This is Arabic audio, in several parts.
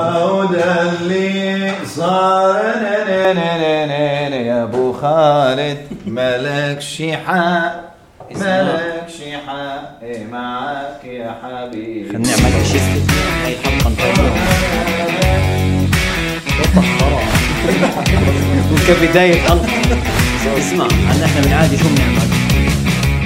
عودا لي صار يا ابو خالد ملكش حق ملكش حق معاك إيه يا حبيبي خلينا نعملها شيست هيتحطم وكبداية الله اسمع هلا احنا بالعادة شو بنعمل؟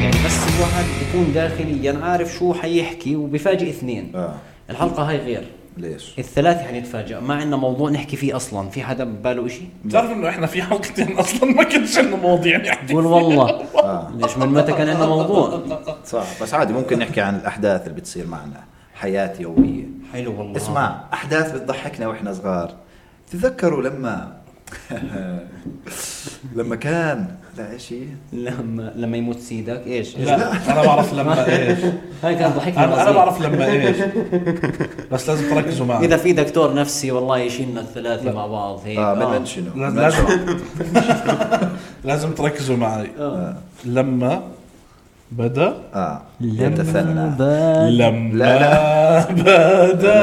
يعني بس الواحد بيكون داخليا يعني عارف شو حيحكي وبفاجئ اثنين آه. الحلقة هاي غير ليش؟ الثلاثة حنتفاجئ ما عندنا موضوع نحكي فيه اصلا في حدا بباله اشي؟ بتعرف انه احنا في حلقتين اصلا ما كانش عندنا مواضيع يعني. نحكي قول والله ليش من متى كان عندنا موضوع؟ صح بس عادي ممكن نحكي عن الاحداث اللي بتصير معنا حياه يوميه حلو آه. والله اسمع احداث بتضحكنا واحنا صغار تذكروا لما لما كان لا شيء لما لما يموت سيدك ايش؟ لا انا بعرف لما ايش هاي كانت ضحكنا انا انا بسيط. بعرف لما ايش بس لازم تركزوا آه. معي اذا في دكتور نفسي والله يشيلنا الثلاثه مع بعض هيك آه. اه بدنا شنو لا- لازم لازم تركزوا معي آه، لما بدا اه يتثنى لما لا، بدا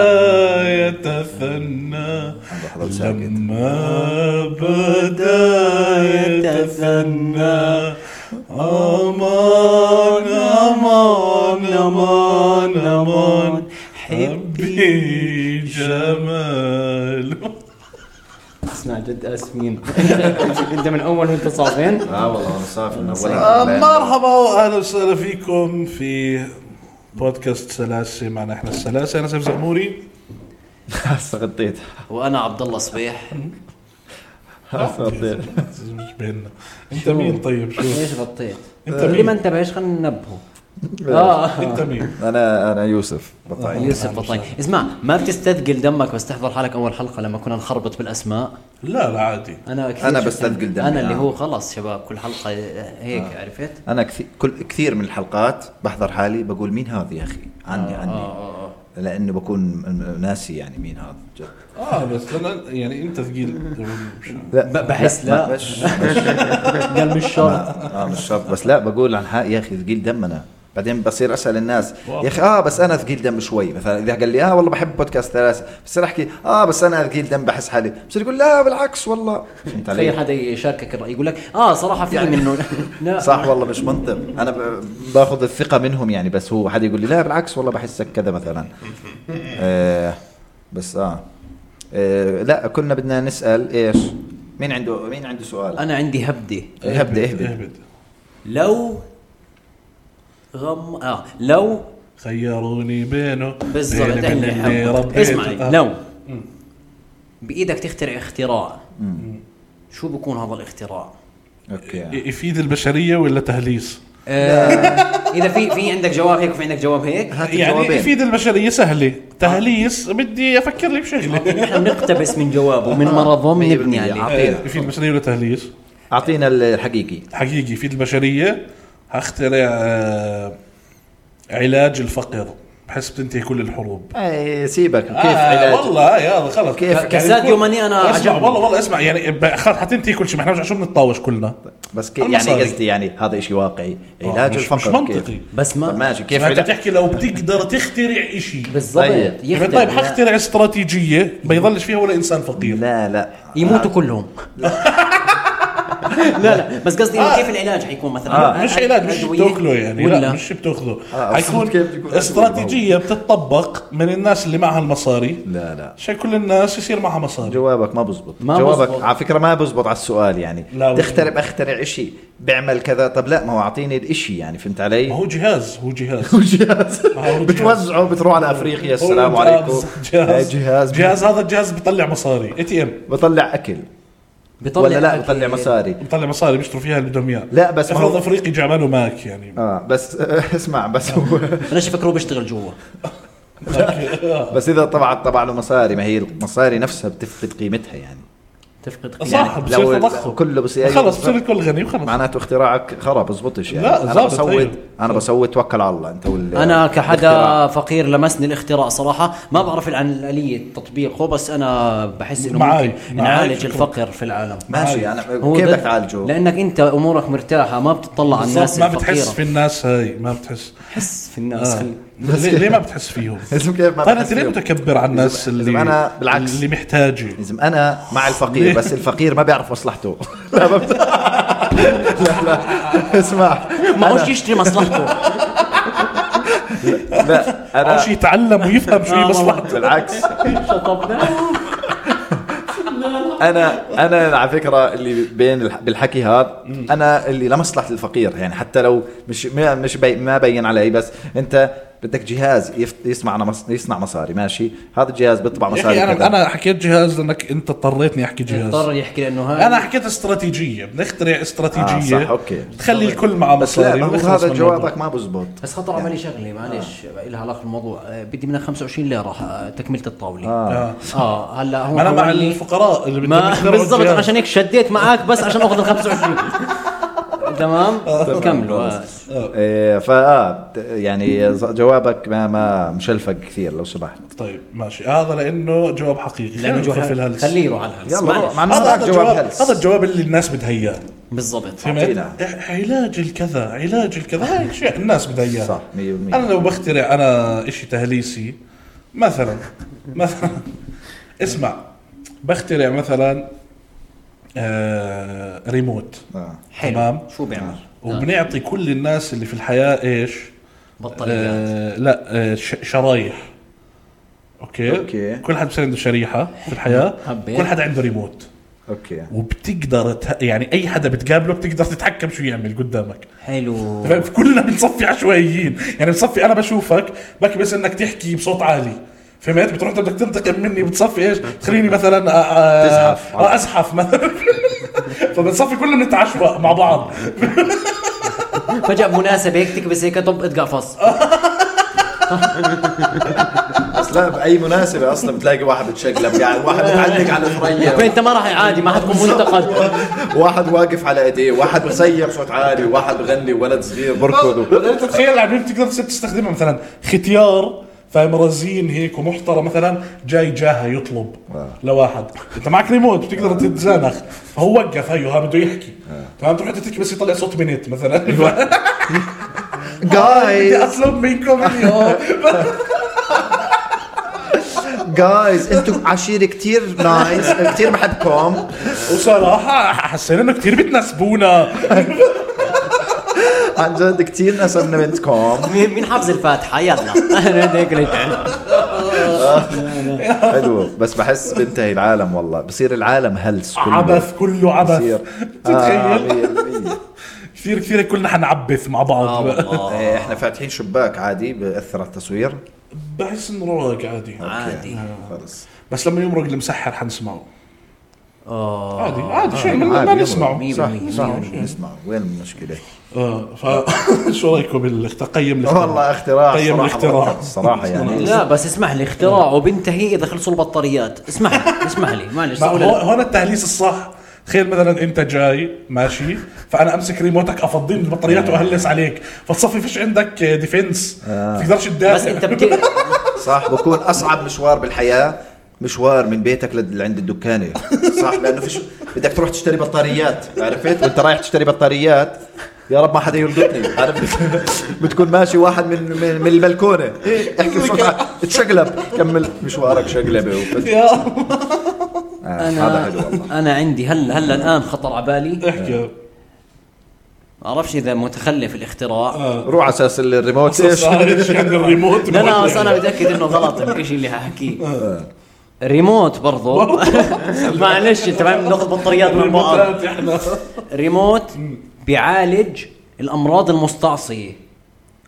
يتثنى لحظة وساكت لما بدا يتثنى امان امان امان امان حبي جمال اسمع جد اسمين انت من اول وانت صافين اه والله انا صافي من آه، اولها مرحبا واهلا وسهلا فيكم في بودكاست سلاسه معنا احنا السلاسه انا سيف زغموري استغطيت وانا عبد الله صبيح آه. استغطيت مش بيننا انت مين طيب شو ليش غطيت؟ آه. أنت اللي مين؟ ما انتبهش خلينا ننبهه اه انت مين انا انا آه. يوسف بطعيم يوسف بطاي اسمع ما بتستثقل دمك بس تحضر حالك اول حلقه لما كنا نخربط بالاسماء لا لا عادي انا كثير أنا شفت- بستثقل دمي، انا اللي آه. هو خلص شباب كل حلقه هيك عرفت؟ انا كثير كل كثير من الحلقات بحضر حالي بقول مين هذا يا اخي عني عني اه لانه بكون ناسي يعني مين هذا جد اه بس انا يعني انت ثقيل مش- لا ب- بحس لا. مش مش قال مش شرط اه مش شرط بس لا بقول عن حق يا اخي ثقيل دم انا بعدين بصير اسال الناس يا اخي اه بس انا ثقيل دم شوي مثلا اذا قال لي اه والله بحب بودكاست ثلاثه بصير احكي اه بس انا ثقيل دم بحس حالي بصير يقول لا بالعكس والله فهمت تخيل علي حدا يشاركك الراي يقول لك اه صراحه في يعني منه لا صح والله مش منطق انا ب- باخذ الثقه منهم يعني بس هو حد يقول لي لا بالعكس والله بحسك كذا مثلا آه بس اه, آه لا كنا بدنا نسال ايش مين عنده مين عنده سؤال انا عندي هبده هبده اهبد لو غم اه لو خيروني بينه بالضبط بين احنا اللي حب- إيه، ربيته. اسمعي آه. لو بايدك تخترع اختراع شو بكون هذا الاختراع؟ اوكي ي- يفيد البشريه ولا تهليس؟ آه اذا في في عندك جواب هيك وفي عندك جواب هيك هات يعني الجوابين يفيد البشريه سهله تهليس بدي افكر لي بشغله نحن بنقتبس من جوابه آه. من مرضه مية بنبني بالمية. عليه أعطينا. يفيد البشريه ولا تهليس؟ اعطينا الحقيقي حقيقي يفيد البشريه هخترع آه، علاج الفقر بحس بتنتهي كل الحروب اي سيبك إيه، كيف آه، علاج والله يا خلص كيف؟ يعني كساديو يكون- ماني أنا اسمع عجبني. والله والله اسمع يعني ب- خلص حتنتهي كل شيء ما احنا شو بنتطاوش كلنا بس كي أنا يعني صاري. قصدي يعني هذا شيء واقعي علاج آه، مش- الفقر مش منطقي. كيف؟ بس ما- طب ماشي كيف يعني انت علاج بتحكي لو بتقدر تخترع شيء بالضبط طيب. يعني يخترع طيب حخترع استراتيجيه ما يضلش فيها ولا انسان فقير لا لا يموتوا كلهم لا لا بس قصدي انه كيف العلاج حيكون مثلا لا، آه. مش علاج مش أدوية بتاكله يعني ولا لا مش بتاخذه آه، حيكون أصلاً كيف بيكون أدوية؟ استراتيجيه بتطبق من الناس اللي معها المصاري لا لا عشان كل الناس يصير معها مصاري جوابك ما بزبط ما جوابك بزبط. على فكره ما بزبط على السؤال يعني لا بزبط. تخترع اخترع شيء بعمل كذا طب لا ما هو اعطيني الاشي يعني فهمت ما علي هو جهاز هو جهاز جهاز ما هو جهاز. بتوزعه بتروح على افريقيا هو السلام جهاز- عليكم هاي جهاز جهاز جهاز هذا الجهاز بيطلع مصاري اي تي ام بطلع اكل بيطلع ولا لا أكل. بطلع مصاري بيطلع مصاري بيشتروا فيها اللي بدهم اياه لا، بس ما افرض هو- افريقي جعبانه ماك يعني اه بس اسمع بس هو بلاش يفكروا بيشتغل جوا بس اذا طبعا طبعا له مصاري ما هي المصاري نفسها بتفقد قيمتها يعني تفقد صح قيمة. يعني بصير لو تضخم كله يعني بصير- خلص بصير الكل غني وخلص معناته اختراعك خرا بزبطش يعني لا، انا زبط، بسوي أيوه. انا بسوي توكل على الله انت وال انا الاختراع. كحدا فقير لمسني الاختراع صراحه ما بعرف عن الاليه تطبيقه بس انا بحس انه معاي- ممكن معاي نعالج فكرة. الفقر في العالم ماشي انا هو كيف ده- بدك تعالجه؟ لانك انت امورك مرتاحه ما بتطلع على الناس بالضبط، ما بتحس الفقيره في الناس هاي ما بتحس بتحس في الناس آه. خل- بس ليه, ليه ما بتحس فيهم؟ لازم كيف ما طيب بحس انت ليه فيهم؟ متكبر على الناس لازم- اللي لازم أنا بالعكس. اللي محتاجه لازم انا مع الفقير بس الفقير ما بيعرف مصلحته لا ما بت... لا لا اسمع ما هوش أنا- يشتري مصلحته لا انا عشان يتعلم ويفهم شو هي آه، والله. مصلحته بالعكس شطبناه انا انا على فكره اللي بين الح- بالحكي هذا انا اللي لمصلحه الفقير يعني حتى لو مش ما- مش بي ما بين علي بس انت بدك جهاز يف- يسمع مص- يصنع مصاري ماشي هذا الجهاز بيطبع يا مصاري اخي كذا. انا انا حكيت جهاز لانك انت اضطريتني احكي اضطر جهاز يحكي لانه هاي انا حكيت استراتيجيه بنخترع استراتيجيه آه، صح، أوكي. تخلي الكل مع بس لا مصاري ما هو ونخلص هذا من الموضوع. جوابك ما بزبط بس خطر على بالي شغله معلش لها علاقه بالموضوع آه، بدي منها 25 ليره آه، تكمله الطاوله اه, آه. اه هلا هو ما انا مع حولي- الفقراء اللي بدهم يعني ما يخترعوا بالضبط الجهاز. عشان هيك شديت معك بس عشان اخذ ال 25 تمام كملوا آه. إيه، فاه يعني ز- جوابك ما ما مشلفق كثير لو سمحت طيب ماشي هذا لانه جواب حقيقي لانه خلينا ندخل في جواب الهلس خليه يروح على الهلس يلا معلش. روح، مع انه هذا معك هذا الجواب جواب هلس هذا الجواب اللي الناس بدها اياه بالضبط فهمت؟ أعطينا. إح- علاج الكذا علاج الكذا هاي اشياء الناس بدها اياها صح، مية بالمية. انا لو بخترع انا اشي تهليسي مثلا مثلا اسمع بخترع مثلا آه ريموت آه. حلو تمام. شو بيعمل؟ آه، وبنعطي كل الناس اللي في الحياه ايش؟ بطاريات آه لا آه ش- شرايح اوكي أوكي. كل حد بصير عنده شريحه في الحياه حبيت. كل حد عنده ريموت اوكي وبتقدر ته... يعني اي حدا بتقابله بتقدر تتحكم شو يعمل قدامك حلو فاهم؟ كلنا بنصفي عشوائيين يعني بصفي انا بشوفك بك بس انك تحكي بصوت عالي فهمت بتروح انت بدك تنتقم مني بتصفي ايش تخليني مثلا أ- أ- تزحف. آه، ازحف مثلا فبنصفي كلنا نتعشوى مع بعض فجاه بمناسبه هيك تكبس هيك طب اطقع فص آه. بس لا باي مناسبه اصلا بتلاقي واحد بتشقلب قاعد واحد بتعلق على ثريا انت ما راح عادي ما حتكون منتقد واحد واقف على ايديه واحد بسيح صوت عالي واحد بغني ولد صغير بركض انت تخيل العميل بتقدر تصير تستخدمها مثلا ختيار فاهم رزين هيك ومحترم مثلا جاي جاها يطلب آه. لواحد انت معك ريموت بتقدر تتزانخ فهو وقف هيو ها بده يحكي آه. تمام تروح انت تكبس يطلع صوت بنت مثلا أيوة. بدي جايز اطلب منكم اليوم جايز انتم عشيره كثير نايس كثير بحبكم وصراحه حسينا انه كثير بتناسبونا عن جد كثير نسبنا منكم مين مين حافظ الفاتحه يلا انا هيك ليش حلو بس بحس بينتهي العالم والله بصير العالم هلس كله عبث كله عبث بصير آه، تتخيل مية بالمية. كثير كثير كلنا حنعبث مع اه بعض والله إيه، احنا فاتحين شباك عادي بأثر على التصوير بحس انه رواق عادي عادي خلص بس لما يمرق المسحر حنسمعه اه عادي عادي شيء ما- آه، عادي، ما يلا. نسمعه مية صح بالمية، صح مية بالمية. نسمع وين المشكله اه ف شو رايكم بالتقيم الاختراع؟ والله اختراع قيم صراحة الاختراع مرتب الصراحه يعني لا بس اسمح لي اختراعه بينتهي اذا خلصوا البطاريات اسمح لي اسمح لي معلش ما صح هو ولا لا؟ هون التهليس الصح تخيل مثلا انت جاي ماشي فانا امسك ريموتك افضيه من آه. البطاريات واهلس عليك فتصفي فيش عندك ديفنس آه. تقدرش تدافع بس انت بت... صح بكون اصعب مشوار بالحياه مشوار من بيتك لد- لعند الدكانه صح لانه فيش بدك تروح تشتري بطاريات عرفت وانت رايح تشتري بطاريات يا رب ما حدا يلقطني عارف بتكون ماشي واحد من من, من البلكونه احكي بصوت عالي. تشقلب كمل مشوارك شقلبه وفت- يا الله. آه، هذا انا حلو والله انا عندي هلا هلا الان خطر على بالي آه. احكي ما اعرفش اذا متخلف الاختراع روح على اساس الريموت ايش صار شيء عند الريموت لا لا بس انا متاكد انه غلط الشيء اللي ححكيه ريموت آه. برضو معلش انت فاهم ناخذ بطاريات من بعض الريموتات احنا ريموت بيعالج الامراض المستعصيه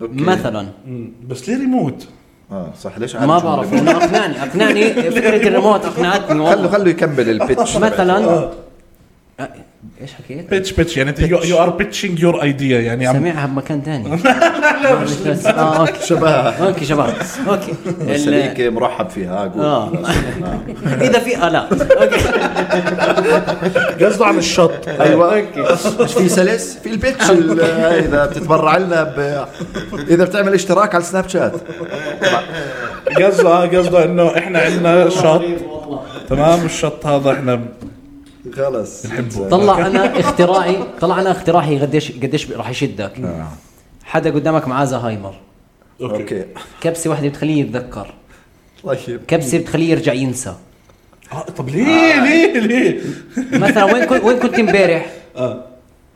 مثلا مم. بس ليه ريموت؟ اه صح ليش ما بعرف أنا اقنعني اقنعني فكره الريموت اقنعتني خلوا والله خلوا يكمل البيتش مثلا أه، ايش حكيت؟ بيتش بيتش يعني انت يو ار بيتشنج يور ايديا يعني عم سميعها بمكان ثاني لا مش بس اه اوكي شباب اوكي شباب اوكي بس ال- هذيك مرحب فيها أقول. آه. آه. اذا في اه لا اوكي قصده عن الشط ايوه مش في سلس في البيتش ال- هاي اذا بتتبرع لنا ب... اذا بتعمل اشتراك على السناب شات قصده قصده انه احنا عندنا شط تمام الشط هذا احنا خلص بنحبه طلع انا اختراعي نعم. طلع انا اختراعي قديش قديش راح يشدك حدا قدامك معاه زهايمر اوكي اوكي كبسه واحده بتخليه يتذكر طيب كبسه بتخليه يرجع ينسى آه طب ليه ليه ليه مثلا وين كنت وين كنت امبارح آه. اه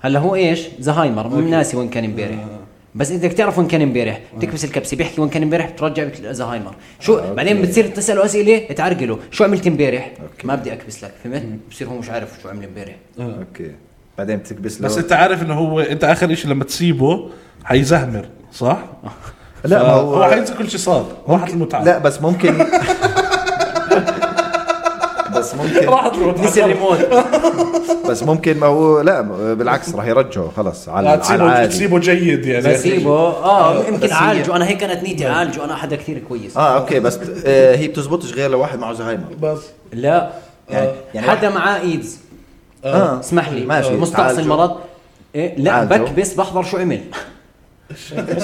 هلا هو ايش زهايمر مو ناسي وين كان امبارح آه. بس انت بدك تعرف وين كان امبارح بتكبس الكبسه بيحكي وين كان امبارح بترجع بت- زهايمر شو آه، بعدين أوكي. بتصير تساله اسئله تعرقله شو عملت امبارح أوكي. ما بدي اكبس لك فهمت بصير هو مش عارف شو عمل امبارح آه. اوكي بعدين بتكبس له بس انت عارف انه هو انت اخر شيء لما تسيبه حيزهمر صح؟ لا ما هو هو حينسى كل شيء صار راحت المتعه لا بس ممكن بس ممكن راحت المتعه نسي الريموت بس ممكن ما هو لا بالعكس راح يرجعه خلص على لا على تسيبه العادي تسيبه جيد يعني نسيبه اه آه، بس يمكن هي- عالجه انا هيك كانت نيتي عالجه انا حدا كثير كويس اه اوكي بس آه هي بتزبطش غير لو واحد معه زهايمر بس لا يعني- يعني حدا معاه ايدز اه اسمح لي ماشي مستعصي تعالجه. المرض إيه لا تعالجه. بكبس بحضر شو عمل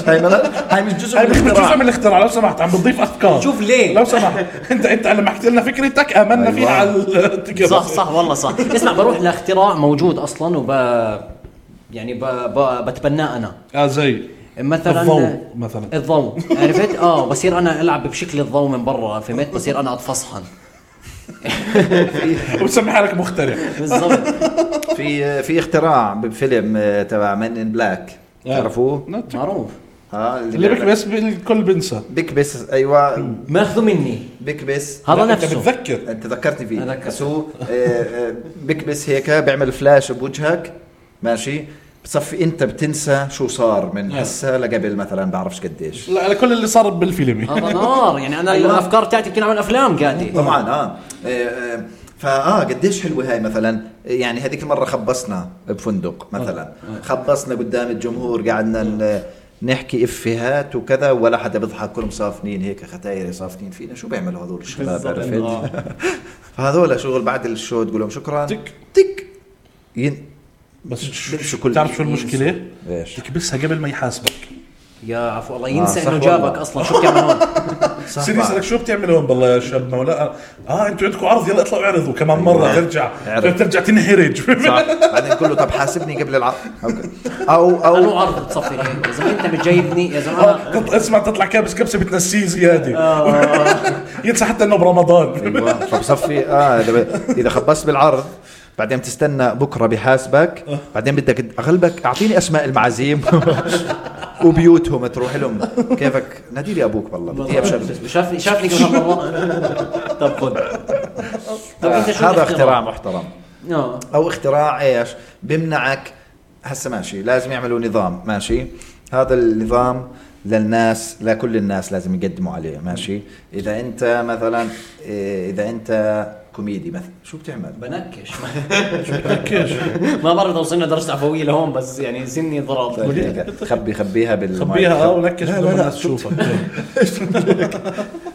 هاي ما- هاي مش جزء هاي من مش جزء الاختراع من الاختراع لو سمحت عم بتضيف آه. افكار شوف ليه؟ لو سمحت انت انت لما حكيت لنا فكرتك امنا أيوة. فيها على التكية. صح صح والله صح اسمع بروح لاختراع موجود اصلا وب يعني ب... ب... بتبناه انا اه زي مثلا الضوء مثلا. الضوء عرفت اه بصير انا العب بشكل الضوء من برا فهمت بصير انا اتفصحن وبسمي حالك مخترع بالضبط في في اختراع بفيلم آه، تبع من ان بلاك تعرفوه؟ نت- معروف ها اللي بيعمل- بكبس الكل بنسى بكبس ايوه ماخذه مني بكبس هذا لا، انت نفسه بتذكر انت ذكرتني فيه أذكر. بس هو آه، آه، بكبس هيك بيعمل فلاش بوجهك ماشي بصفي انت بتنسى شو صار من آه. هسه لقبل مثلا بعرفش قديش لا كل اللي صار آه. بالفيلم هذا نار يعني انا أيوة. الافكار تاعتي بتنعمل افلام قاعده طبعا اه آه، آه، فاه قديش حلوه هاي مثلا يعني هذيك المره خبصنا بفندق مثلا خبصنا قدام الجمهور قعدنا ن- نحكي افيهات وكذا ولا حدا بيضحك كلهم صافنين هيك ختاير صافنين فينا شو بيعملوا هذول الشباب عرفت آه. فهذول شغل بعد الشو تقول لهم شكرا تك. تك ين... بس شو- بنسوا كل- بتعرف شو المشكله؟ إيش؟ تكبسها قبل ما يحاسبك يا عفو الله آه، ينسى صح انه جابك والله. اصلا شو بتعمل هون صح سيدي يسالك شو بتعمل هون بالله يا شاب ما ولا اه انتوا عندكم عرض يلا اطلعوا اعرضوا كمان مره أيوة. ترجع اعرض. ترجع تنهرج صح بعدين كله طب حاسبني قبل العرض اوكي او انو او عرض بتصفي هيك يا زلمه انت بتجيبني يا زلمه أنا- تط- اسمع تطلع كابس كبسه بتنسيه زياده آه. ينسى حتى انه برمضان ايوه فبصفي اه إذا ب- اذا خبصت بالعرض بعدين بتستنى بكره بحاسبك بعدين بدك اغلبك اعطيني اسماء المعازيم وبيوتهم تروح لهم كيفك نادي لي ابوك والله بدي إياه بشغلة. شافني شافني كمان مره طب خذ طب انت شو هذا اختراع محترم اه او اختراع ايش بمنعك هسه ماشي لازم يعملوا نظام ماشي هذا النظام للناس لكل الناس لازم يقدموا عليه ماشي اذا انت مثلا إيه، اذا انت كوميدي مثلا شو بتعمل بنكش ما بعرف اذا وصلنا درجه عفويه لهون بس يعني سني ضرب طيب، آه، خبي خبيها بالمايك خبيها اه ونكش لا بدون لا الناس لا تشوفك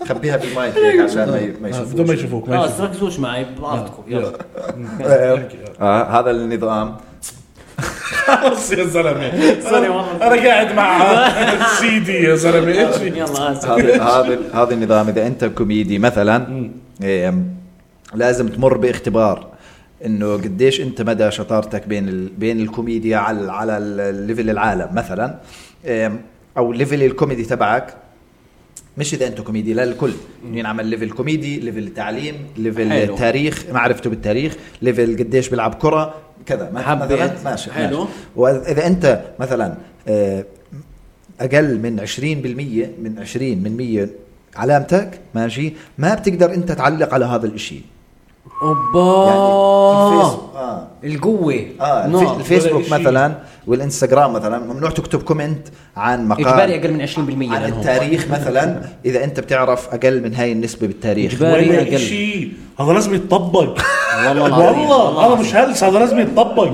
خبيها بالمايك هيك عشان ما ي- ما آه، بدون ما يشوفوش يشوفوك ما خلاص يشوفوك ركزوش معي بعرضكم يلا آه، آه، هذا النظام آه، خلص يا زلمه سوري والله انا قاعد مع سيدي يا زلمه ايش في؟ يلا اسف هذا هذا هذا النظام اذا انت كوميدي مثلا إيه، لازم تمر باختبار انه قديش انت مدى شطارتك بين ال... بين الكوميديا على على الليفل العالم مثلا إيه، او ليفل الكوميدي تبعك مش اذا انت كوميدي لا الكل إنه ينعمل ليفل كوميدي ليفل تعليم ليفل حلو. تاريخ معرفته بالتاريخ ليفل قديش بيلعب كره كذا ما- حبيت. مثلا ماشي حلو. ماشي. واذا انت مثلا آه، اقل من 20% من 20 من 100 علامتك ماشي ما بتقدر انت تعلق على هذا الاشي الفيس- اوبا اه القوه آه، اه الفي- نار. الفيسبوك ولا إشي. مثلا والانستغرام مثلا ممنوع تكتب كومنت عن مقال آه. اجباري اقل من 20% عن لانهم التاريخ مثلا اذا انت بتعرف اقل من هاي النسبه بالتاريخ إجباري. ولا أقل. شيء هذا لازم يتطبق والله العظيم والله هذا مش هلس هذا لازم يتطبق 100%.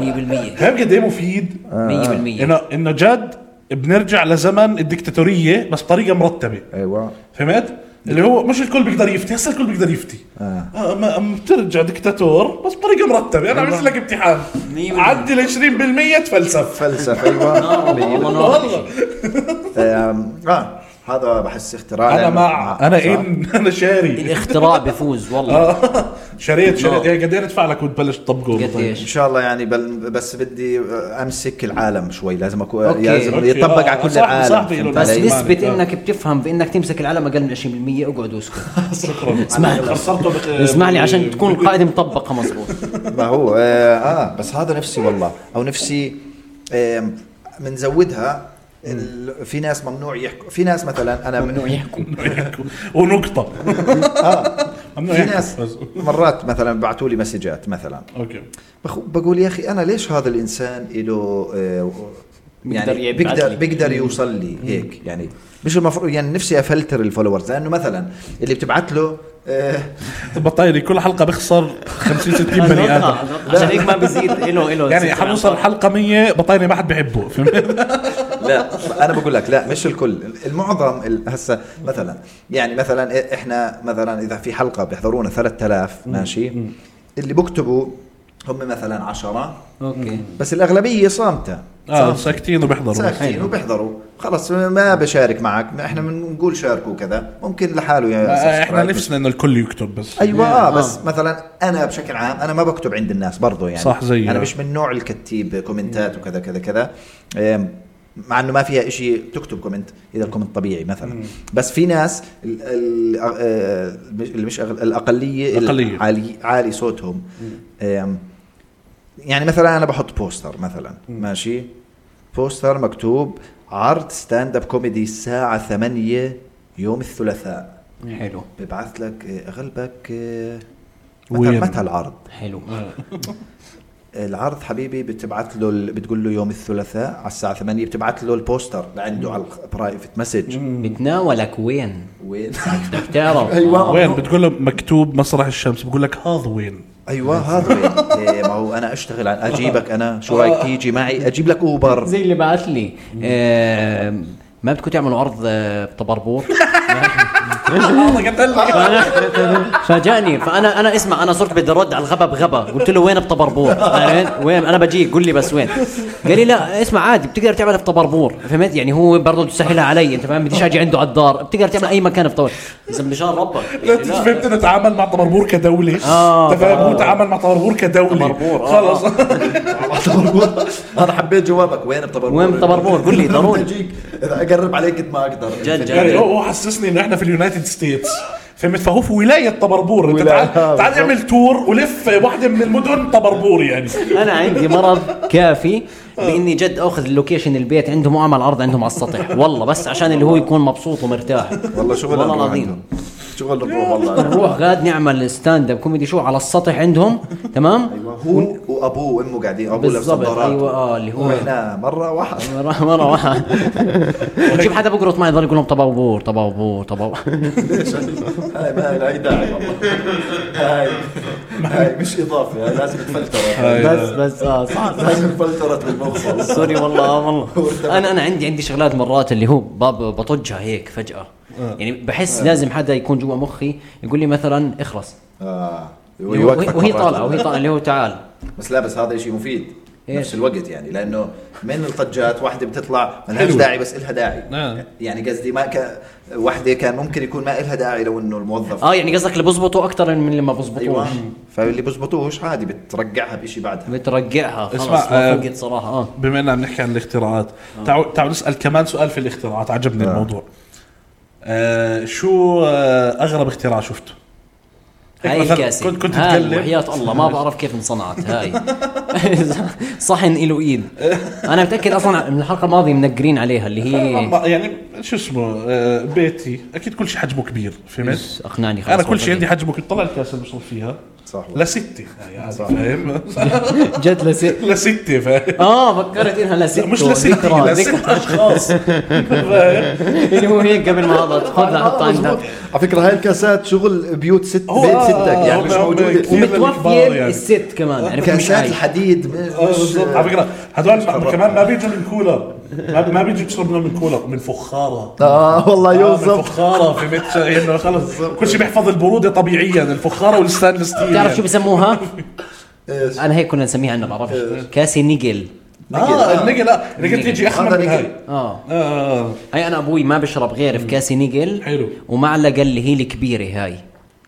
فاهم قد ايه مفيد؟ 100% انه انه جد بنرجع لزمن الدكتاتوريه بس بطريقه مرتبه ايوه فهمت؟ اللي هو مش الكل بيقدر يفتي هسه الكل بيقدر يفتي آه. آه. ما أم ترجع دكتاتور بس بطريقه مرتبه انا عملت لك امتحان مية بالمية. عدي ال 20% تفلسف فلسفه ايوه والله آم، اه هذا بحس اختراع انا لأنه- مع آه، انا صح. ان انا شاري الاختراع بفوز والله آه، شريت شريت يعني قد ايه ندفع لك وتبلش تطبقه طيب. ان قديش شاء الله يعني بل بس بدي امسك العالم شوي لازم اكون أوكي. لازم أوكي، يطبق آه، على كل صاحبي- العالم صاحبي له فهمت ناس بس علي؟ ليش؟ نسبة انك بتفهم بانك تمسك العلم اقل من 20% اقعد واسكت شكرا اسمعني. خسرته بق- اسمح لي عشان بال- تكون القاعدة مطبقة مظبوط ما هو آه, اه بس هذا نفسي والله او نفسي آه منزودها ال- في ناس ممنوع يحكوا في ناس مثلا انا ممنوع يحكوا ونقطة اه ممنوع في يحكوا. ناس بس. مرات مثلا بعثوا لي مسجات مثلا اوكي بخ- بقول يا اخي انا ليش هذا الانسان له آه بيقدر يعني يبعت بيقدر لي. بيقدر يوصل لي هيك يعني مش المفروض يعني نفسي افلتر الفولورز لانه مثلا اللي بتبعت له آه بطيري طيب، كل حلقة بخسر 50 60 بني ادم عشان هيك ما بزيد له له يعني حنوصل حلقة 100 بطيري ما حد بيحبه فهمت؟ لا انا بقول لك لا مش الكل المعظم ال- هسه مثلا يعني مثلا احنا مثلا اذا في حلقه بيحضرونا 3000 ماشي اللي بكتبوا هم مثلا 10 اوكي بس الاغلبيه صامته اه صامتة. ساكتين وبيحضروا ساكتين وبيحضروا خلص ما بشارك معك احنا بنقول شاركوا كذا ممكن لحاله يا آه، احنا نفسنا انه الكل يكتب بس ايوه آه. آه بس مثلا انا بشكل عام انا ما بكتب عند الناس برضو يعني صح، زيي. انا مش من نوع الكتيب كومنتات وكذا كذا كذا إيه، مع انه ما فيها إشي تكتب كومنت اذا الكومنت طبيعي مثلا بس في ناس ال- ال- آه، اللي مش أغل- الاقليه الأقلية. عالي عالي صوتهم إيه، يعني مثلا انا بحط بوستر مثلا ماشي بوستر مكتوب عرض ستاند اب كوميدي الساعه 8 يوم الثلاثاء حلو ببعث لك آه، اغلبك آه، متى وين؟ متى العرض؟ حلو آه. العرض حبيبي بتبعث له ال- بتقول له يوم الثلاثاء على الساعه 8 بتبعث له البوستر لعنده على البرايفت مسج بتناولك وين؟ وين بدك تعرف وين بتقول له مكتوب مسرح الشمس بقول لك هذا وين ايوه هذا وين إيه، ما هو انا اشتغل عن اجيبك انا شو رايك تيجي معي اجيب لك اوبر زي اللي بعث لي آه، ما بدكم تعملوا عرض آه، بطبربور والله قتلني فانا فاجاني فانا انا اسمع انا صرت بدي ارد على الغبا بغبا قلت له وين بطبربور فاهم؟ وين انا بجيك قول لي بس وين قال لي لا اسمع عادي بتقدر تعملها في طبربور فهمت يعني هو برضه تسهلها علي انت فاهم بديش اجي عنده على الدار بتقدر تعمل اي مكان في طبربور اذا مشان ربك لا يعني لا. فهمت انه تعامل مع طبربور كدولة آه، انت فاهم هو تعامل مع طبربور كدولة طبربور، آه. خلص انا حبيت جوابك وين بطبربور وين بطبربور؟ قل لي، ضروري. بدي أجيك. اذا اقرب عليك قد ما اقدر جد، جد. يعني هو هو حسسني انه احنا في اليونايتد ستيتس فهمت فهو في ولاية طبربور انت ولاية، تعال تعال اعمل تور ولف واحدة من المدن طبربور يعني انا عندي مرض كافي باني جد اخذ اللوكيشن البيت عندهم واعمل عرض عندهم على السطح والله بس عشان اللي هو يكون مبسوط ومرتاح والله شغل والله الروح العظيم عندهم. شغل الروح والله نروح غاد نعمل ستاند اب كوميدي شو على السطح عندهم تمام ايوه هو وابوه وامه قاعدين ابوه لابس بالضبط نظارات آه. ايوه اه اللي هو واحنا مره واحد مرة مرة واحد ونجيب حدا بقرط معي يضل يقول لهم طبابور طبابور طبابور ليش هاي ما لها اي داعي والله هاي هاي مش اضافه هاي لازم آه، تفلترت بس بس اه صح لازم تفلترت بالمخصص سوري والله آه والله انا انا عندي عندي شغلات مرات اللي هو باب- بطجها هيك فجأة يعني بحس لازم حدا يكون جوا مخي يقول لي مثلا اخلص اه وهي ويوقفك وهي مرات. طالعة وهي طالعة اللي هو تعال بس لا بس هذا شيء مفيد إيش؟ نفس الوقت يعني لانه من الطجات واحده بتطلع ما لهاش حلو. داعي بس الها داعي آه. يعني قصدي ما ك... واحده كان ممكن يكون ما الها داعي لو انه الموظف اه يعني قصدك اللي بزبطوا اكثر من اللي ما ايوه بزبطوش فاللي بزبطوش عادي بترجعها بشيء بعدها بترجعها خلص اسمع، ما آه، فقت صراحة اه بما اننا عم نحكي عن الاختراعات تعالوا تعالوا نسال كمان سؤال في الاختراعات عجبني آه. الموضوع آه شو آه اغرب اختراع شفته؟ هيك هاي مثلاً الكاسة كنت كنت هاي تتكلم وحياة الله ما بعرف كيف انصنعت هاي صحن له ايد انا متاكد اصلا من الحلقه الماضيه منقرين عليها اللي هي ما- يعني شو اسمه آه بيتي اكيد كل شيء حجمه كبير فهمت؟ بس اقنعني خلاص انا كل شيء عندي والله. حجمه كبير طلع الكاسه اللي بشرب فيها صح لستة يعني صح. فاهم؟ جد لست لستة فاهم؟ اه فكرت انها لست لا، مش ذكرى ذكرى لستة لست اشخاص فاهم؟ اللي هو هيك قبل ما هذا خذها حط عندها على فكره هاي الكاسات شغل بيوت ست هو بيت آه، ستك يعني هم- مش هم موجوده كتير للكبار متوفيه يعني. الست كمان عرفت آه، مش آه، كاسات هاي الحديد م- مش على فكرة هدول ما- كمان ما بيجوا من كولر ما- ما بيجوا يشربوا من كولر من فخارة اه والله أيوة، آه، من يوزف فخارة في متش انه خلص كل شيء بيحفظ البرودة طبيعيا الفخارة والستانلس ستيل يعني. آه، بتعرف شو بسموها؟ إيش؟ آه. انا هيك كنا نسميها عندنا بعرفش كاسه نيجل آه، اه النقل لا النقل النقل. تيجي احمر هذا من نقل. هاي اه آه. هي انا ابوي ما بشرب غير في كاسه نقل حلو. ومعلقه اللي هي الكبيره هاي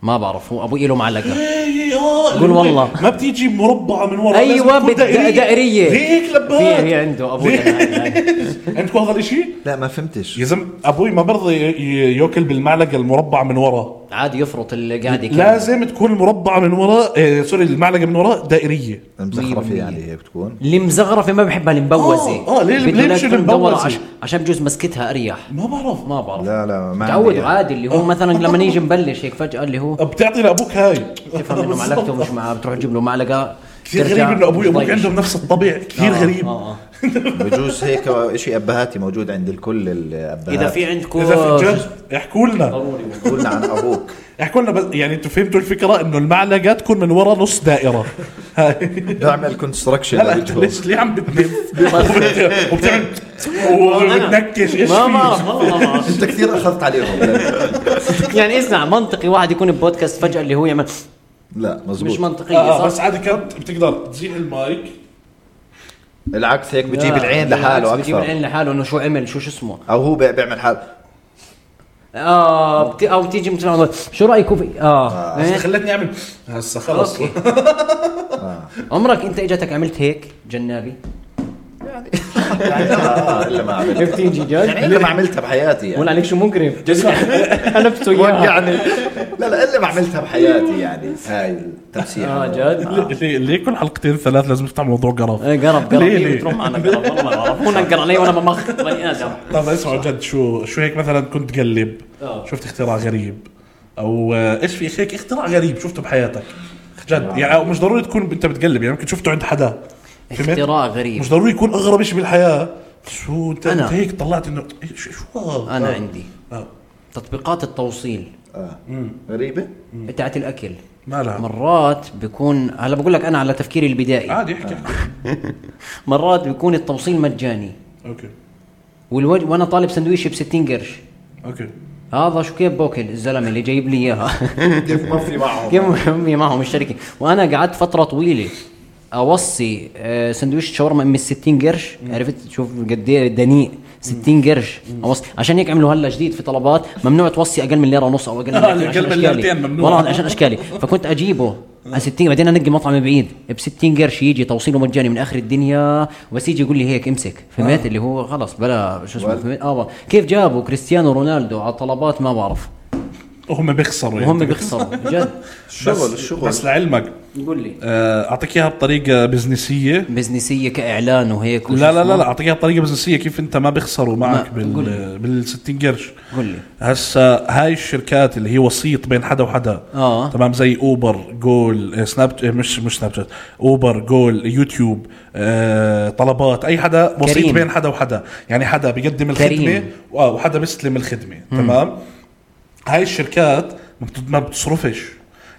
ما بعرف هو ابوي له معلقه إيه، آه، قول والله. ما بتيجي مربعه من ورا أيوة، لازم تكون بت- دائرية. ليك لبات هي هي عنده ابوي ليه؟ هاي- هاي. عندكم هذا الشيء؟ لا ما فهمتش يا زلمه ابوي ما برضى ي- ي- ياكل بالمعلقه المربعه من ورا عادي يفرط القاعده كامل. لازم تكون المربعه من ورا آه، سوري المعلقه من ورا دائريه مزخرفه مية يعني هي بتكون المزغرفه ما بحبها المبوزه آه، آه، بدها ليه- ليه مش تكون مدورة المبوزة؟ عش- عشان بجوز مسكتها اريح ما بعرف ما بعرف لا لا ما تعود عندي. يعني. عادي اللي آه. هو مثلا لما نيجي نبلش هيك فجاه اللي هو بتعطي لابوك هاي تفهم انه معلقته مش معاه بتروح تجيب له معلقه كثير غريب ترجع انه ابوي وابوك بتضيع. عندهم نفس الطبيعه كثير آه، غريب آه، آه. بجوز هيك شيء ابهاتي موجود عند الكل الابهات اذا في عندكم اذا في جد احكوا لنا قلنا عن ابوك احكوا لنا بس يعني انتوا فهمتوا الفكره انه المعلقه تكون من ورا نص دائره هاي اعمل كونستراكشن هلا انت ليش ليه عم بتنم وبتعمل وبتنكش ايش ما بعرف في والله ما بعرف. انت كثير اخذت عليهم يعني اسمع منطقي واحد يكون ببودكاست فجاه اللي هو يعمل لا مزبوط مش منطقيه آه صح؟ بس عادي كانت بتقدر تزيح المايك العكس هيك بجيب لا، العين بالعكس، لحاله بجيب اكثر العين لحاله انه شو عمل شو شو اسمه او هو بي- بيعمل حاله اه بت... او تيجي مثل عمر، شو رايكم في اه, بس إيه؟ خلتني اعمل هسه خلص أوكي. آه. عمرك انت اجتك عملت هيك جنابي يعني- آه، الا ما عملت بتيجي يعني الا ما عملتها بحياتي يعني إيه؟ ولا عليك شو مقرف حلفت وياها يعني لا لا الا ما عملتها بحياتي يعني هاي التمسيح اه جد ليه ليه كل حلقتين ثلاث لازم نفتح موضوع قرف إيه، قرب قرب ليه، ليه ليه؟ بتروح معنا قرب والله ما بعرف. هو نقر علي وانا ممخ بني ادم طب اسمع جد شو شو هيك مثلا كنت تقلب آه. شفت اختراع غريب او آه، ايش في هيك اختراع غريب شفته بحياتك جد يعني أو مش ضروري تكون انت بتقلب يعني ممكن شفته عند حدا فهمت؟ اختراع غريب مش ضروري يكون اغرب شيء بالحياه شو انت أنا. أنت هيك طلعت انه إيه، شو شو هذا؟ انا آه. عندي آه. تطبيقات التوصيل آه. غريبه بتاعت الاكل مالها مرات بيكون هلا بقول لك انا على تفكيري البدائي عادي احكي احكي مرات بيكون التوصيل مجاني اوكي والوج... وانا طالب سندويشه ب 60 قرش اوكي هذا شو كيف بوكل الزلمه اللي جايب لي اياها كيف ما في معهم كيف امي معهم الشركه وانا قعدت فتره طويله اوصي آه، سندويشة شاورما ام 60 قرش عرفت شوف قد ايه دنيء 60 قرش اوصي عشان هيك عملوا هلا جديد في طلبات ممنوع توصي اقل من ليره ونص او اقل من آه، ليرتين أقل عشان من اشكالي ليرتين ممنوع. والله عشان اشكالي فكنت اجيبه على 60 بعدين انقي مطعم بعيد ب 60 قرش يجي توصيله مجاني من اخر الدنيا وبس يجي يقول لي هيك امسك آه. فهمت اللي هو خلص بلا شو اسمه وال- فهمت اه والله. كيف جابوا كريستيانو رونالدو على طلبات ما بعرف وهم بيخسروا يعني. وهم بيخسروا جد الشغل بس- الشغل بس لعلمك قول لي آه، اعطيك اياها بطريقه بزنسيه بزنسيه كاعلان وهيك وشو لا لا لا اسمه. لا اعطيك اياها بطريقه بزنسيه كيف انت ما بيخسروا معك ما- قول بال بال 60 قرش قول لي هسا هاي الشركات اللي هي وسيط بين حدا وحدا آه. تمام زي اوبر جول آه، سناب آه، مش مش سناب شات اوبر جول يوتيوب آه، طلبات اي حدا وسيط كريم. بين حدا وحدا يعني حدا بيقدم الخدمه كريم. آه، وحدا بيستلم الخدمه تمام هاي الشركات ما بت- ما بتصرفش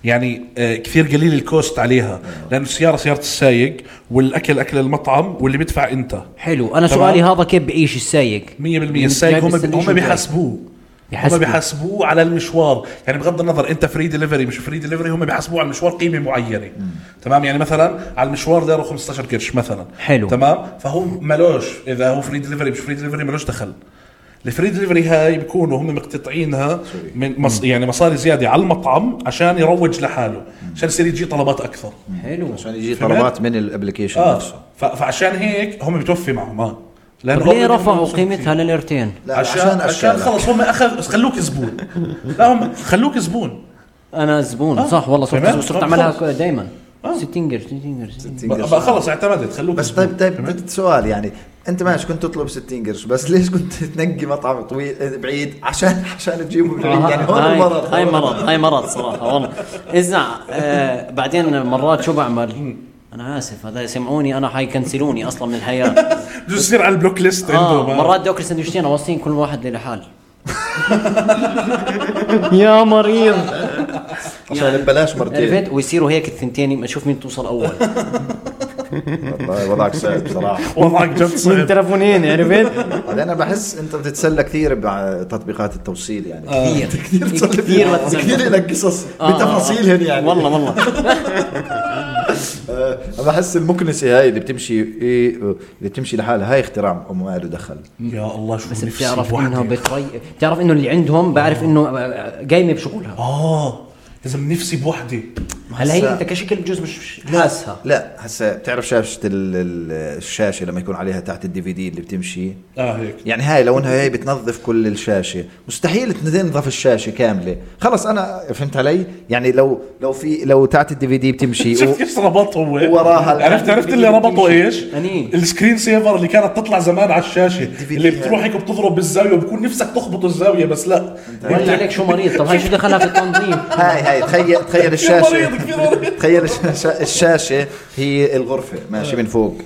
يعني آه، كثير قليل الكوست عليها لانه السياره سياره السايق والاكل اكل المطعم واللي بيدفع انت 100% حلو انا تمام. سؤالي هذا كيف بعيش السايق السايق جايب هم السندويشة هم وجاي. بيحاسبوه هم بيحاسبوه. بيحاسبوه على المشوار يعني بغض النظر انت فري دليفري مش فري دليفري هم بيحاسبوه على المشوار قيمه معينه تمام يعني مثلا على المشوار داره 15 قرش مثلا حلو. تمام فهو ملوش اذا هو فري دليفري مش فري دليفري ملوش دخل الفري دليفري هاي بيكونوا هم مقتطعينها من مص... يعني مصاري زياده على المطعم عشان يروج لحاله عشان يصير يجي طلبات اكثر حلو عشان يجي فهمت؟ طلبات من الابلكيشن اه نفسه ف... فعشان هيك هم بتوفي معهم اه طب لانه ليه هم- رفعوا هم- قيمتها لليرتين؟ لا عشان عشان أشكالك. خلص هم اخذ خلوك زبون لا هم خلوك زبون انا زبون آه. صح والله تمام. آه. صرت صرت طب اعملها خلص. دائما 60 قرش 60 قرش ستين قرش. بقى خلص اعتمدت خلوك بس زبون. طيب طيب تمام؟ بدي سؤال يعني انت ماشي كنت تطلب 60 قرش بس ليش كنت تنقي مطعم طويل بعيد عشان عشان تجيبه من بعيد يعني هون آه، هاي- المرض هاي مرض هاي مرض صراحه والله اسمع آه، بعدين مرات شو بعمل؟ انا اسف هذا يسمعوني انا حيكنسلوني اصلا من الحياه بده يصير على البلوك ليست عنده آه بقى. مرات بدي اكل سندويشتين اوصين كل واحد لحال يا مريض يعني عشان ببلاش مرتين عرفت ويصيروا هيك الثنتين ما نشوف مين توصل اول والله وضعك صعب بصراحه آه، وضعك جد من صعب تلفونين عرفت؟ بعدين انا بحس انت بتتسلى كثير بتطبيقات التوصيل يعني كثير كثير كثير بتسلى. كثير لك قصص آه، آه، آه. بتفاصيلهن يعني والله والله آه، انا بحس المكنسه هاي اللي بتمشي إيه، آه، اللي بتمشي لحالها هاي اختراع وما له دخل يا الله شو بس نفسي بتعرف بواحدة. انها يعني. بتري بتعرف انه اللي عندهم بعرف آه، انه قايمه بشغلها آه، اه يا زلمه نفسي بوحده هلا هي هسا- انت كشكل بجوز مش مش لا حاسها لا هسا بتعرف شاشه ال- ال- الشاشه لما يكون عليها تحت الدي في دي اللي بتمشي اه هيك يعني هاي لو انها هي بتنظف كل الشاشه مستحيل تنظف الشاشه كامله خلص انا فهمت علي يعني لو لو في لو تحت الدي في دي بتمشي و... شفت كيف ربط هو وراها عرفت عرفت اللي ربطه ايش؟ أني. السكرين سيفر اللي كانت تطلع زمان على الشاشه DVD اللي بتروح هيك بتضرب بالزاويه وبكون نفسك تخبط الزاويه بس لا ولا عليك شو مريض طب هاي شو دخلها في التنظيم هاي هاي تخيل تخيل كثير مريض الشاشه كثير مريض تخيل الش- الشاشه هي الغرفه آه. ماشي من فوق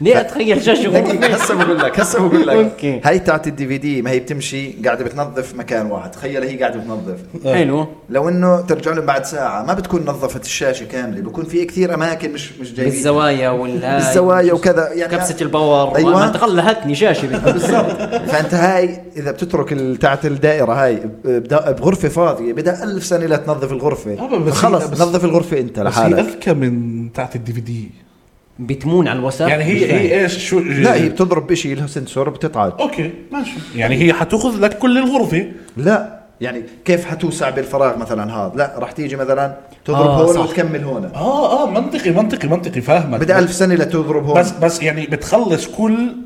ليه اتخيل شاشه دقيقة، غرفة؟ هسه بقول لك هسه بقول لك أوكي. هاي تاعت الدي في دي ما هي بتمشي قاعده بتنظف مكان واحد تخيل هي قاعده بتنظف حلو لو انه ترجع لهم بعد ساعه ما بتكون نظفت الشاشه كامله بكون في كثير اماكن مش مش جايبين بالزوايا وال بالزوايا وكذا يعني كبسه الباور أيوة. ما انت خل لهتني شاشه بالضبط فانت هاي اذا بتترك ال- تاعت الدائره هاي بد- بغرفه فاضيه بدها ألف سنه لتنظف آه، الغرفه بس هي- خلص بس- نظف الغرفه انت بس هي لحالك اذكى من تاعت الدي في دي بتمون على الوسخ يعني مش هي فاهم. هي ايش شو لا هي بتضرب بشيء لها سنسور بتتعج اوكي ماشي يعني هي حتاخذ لك كل الغرفه لا يعني كيف حتوسع بالفراغ مثلا هذا لا راح تيجي مثلا تضرب آه، هون صح. وتكمل هون اه اه منطقي منطقي منطقي فاهمك بدها ألف سنه لتضرب هون بس بس يعني بتخلص كل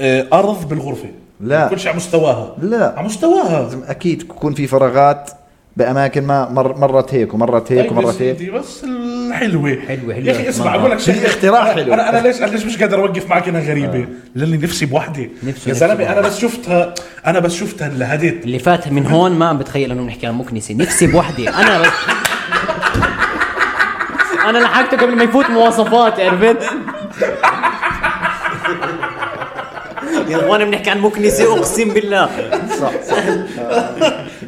آه، ارض بالغرفه لا. كل شيء على مستواها لا. على مستواها لازم اكيد يكون في فراغات باماكن ما مر مرت هيك ومرت هيك طيب يا ومرت هيك سيدي بس الحلوه حلوة، حلوة. يا اخي اسمع ما- اقول لك شيء هي اختراع حلو. انا انا ليش انا ليش مش قادر اوقف معك انها غريبه لاني نفسي بوحده نفسه- يا نفسه زلمه انا بوحدة. بس شفتها انا بس شفتها انلهدت اللي فات من هون ما عم بتخيل انه بنحكي عن مكنسه نفسي بوحدي انا بس انا لحقته قبل ما يفوت مواصفات عرفت يا اخوان يعني بنحكي عن مكنسه اقسم بالله صح صح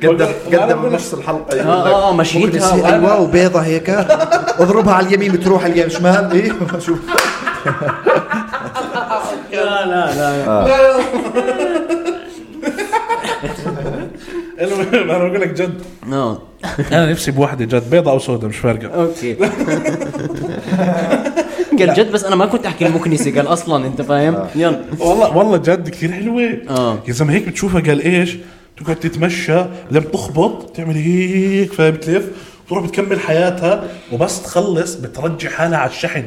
قدم قدم نص الحلقه يقول آه، لك آه، مشيتها مكنسة وأنا- حلوه وبيضه أيوة، هيك اضربها على اليمين بتروح على الشمال ايه شوف لا لا لا المهم انا بقول لك جد اه انا نفسي بوحده جد بيضه او سوداء مش فارقه اوكي قال جد بس انا ما كنت احكي المكنسه قال اصلا انت فاهم يلا والله والله جد كثير حلوه آه. يا زلمه هيك بتشوفها قال ايش تقعد تتمشى لما تخبط تعمل هيك فاهم بتلف بتروح بتكمل حياتها وبس تخلص بترجع حالها على الشحن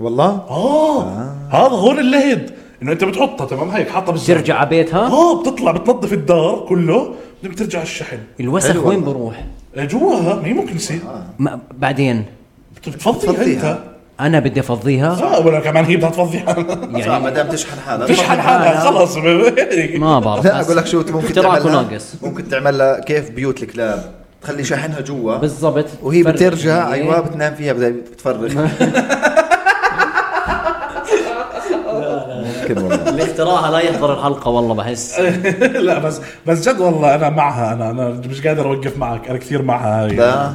والله اه, هذا هون اللهد انه انت بتحطها تمام هيك حاطها بالزر ترجع على بيتها اه بتطلع بتنظف الدار كله بعدين بترجع على الشحن الوسخ حلو وين والله. بروح جواها ما هي مكنسه ما بعدين بتفضيها بتفضيها. انت انا بدي افضيها اه ولا كمان هي بدها تفضي حالها صح يعني ما دام تشحن حالها تشحن حالها خلص يعني ما بعرف لا بس اقول لك شو ممكن اختراعكم تعملها ناقص. ممكن تعملها كيف بيوت الكلاب تخلي شاحنها جوا بالضبط وهي فرق. يعني بترجع يعني إيه؟ ايوه بتنام فيها بدها بتفرغ ممكن والله الاختراع لا يحضر الحلقه والله بحس أيوة. لا بس بس جد والله انا معها انا انا مش قادر اوقف معك انا كثير معها هاي لا.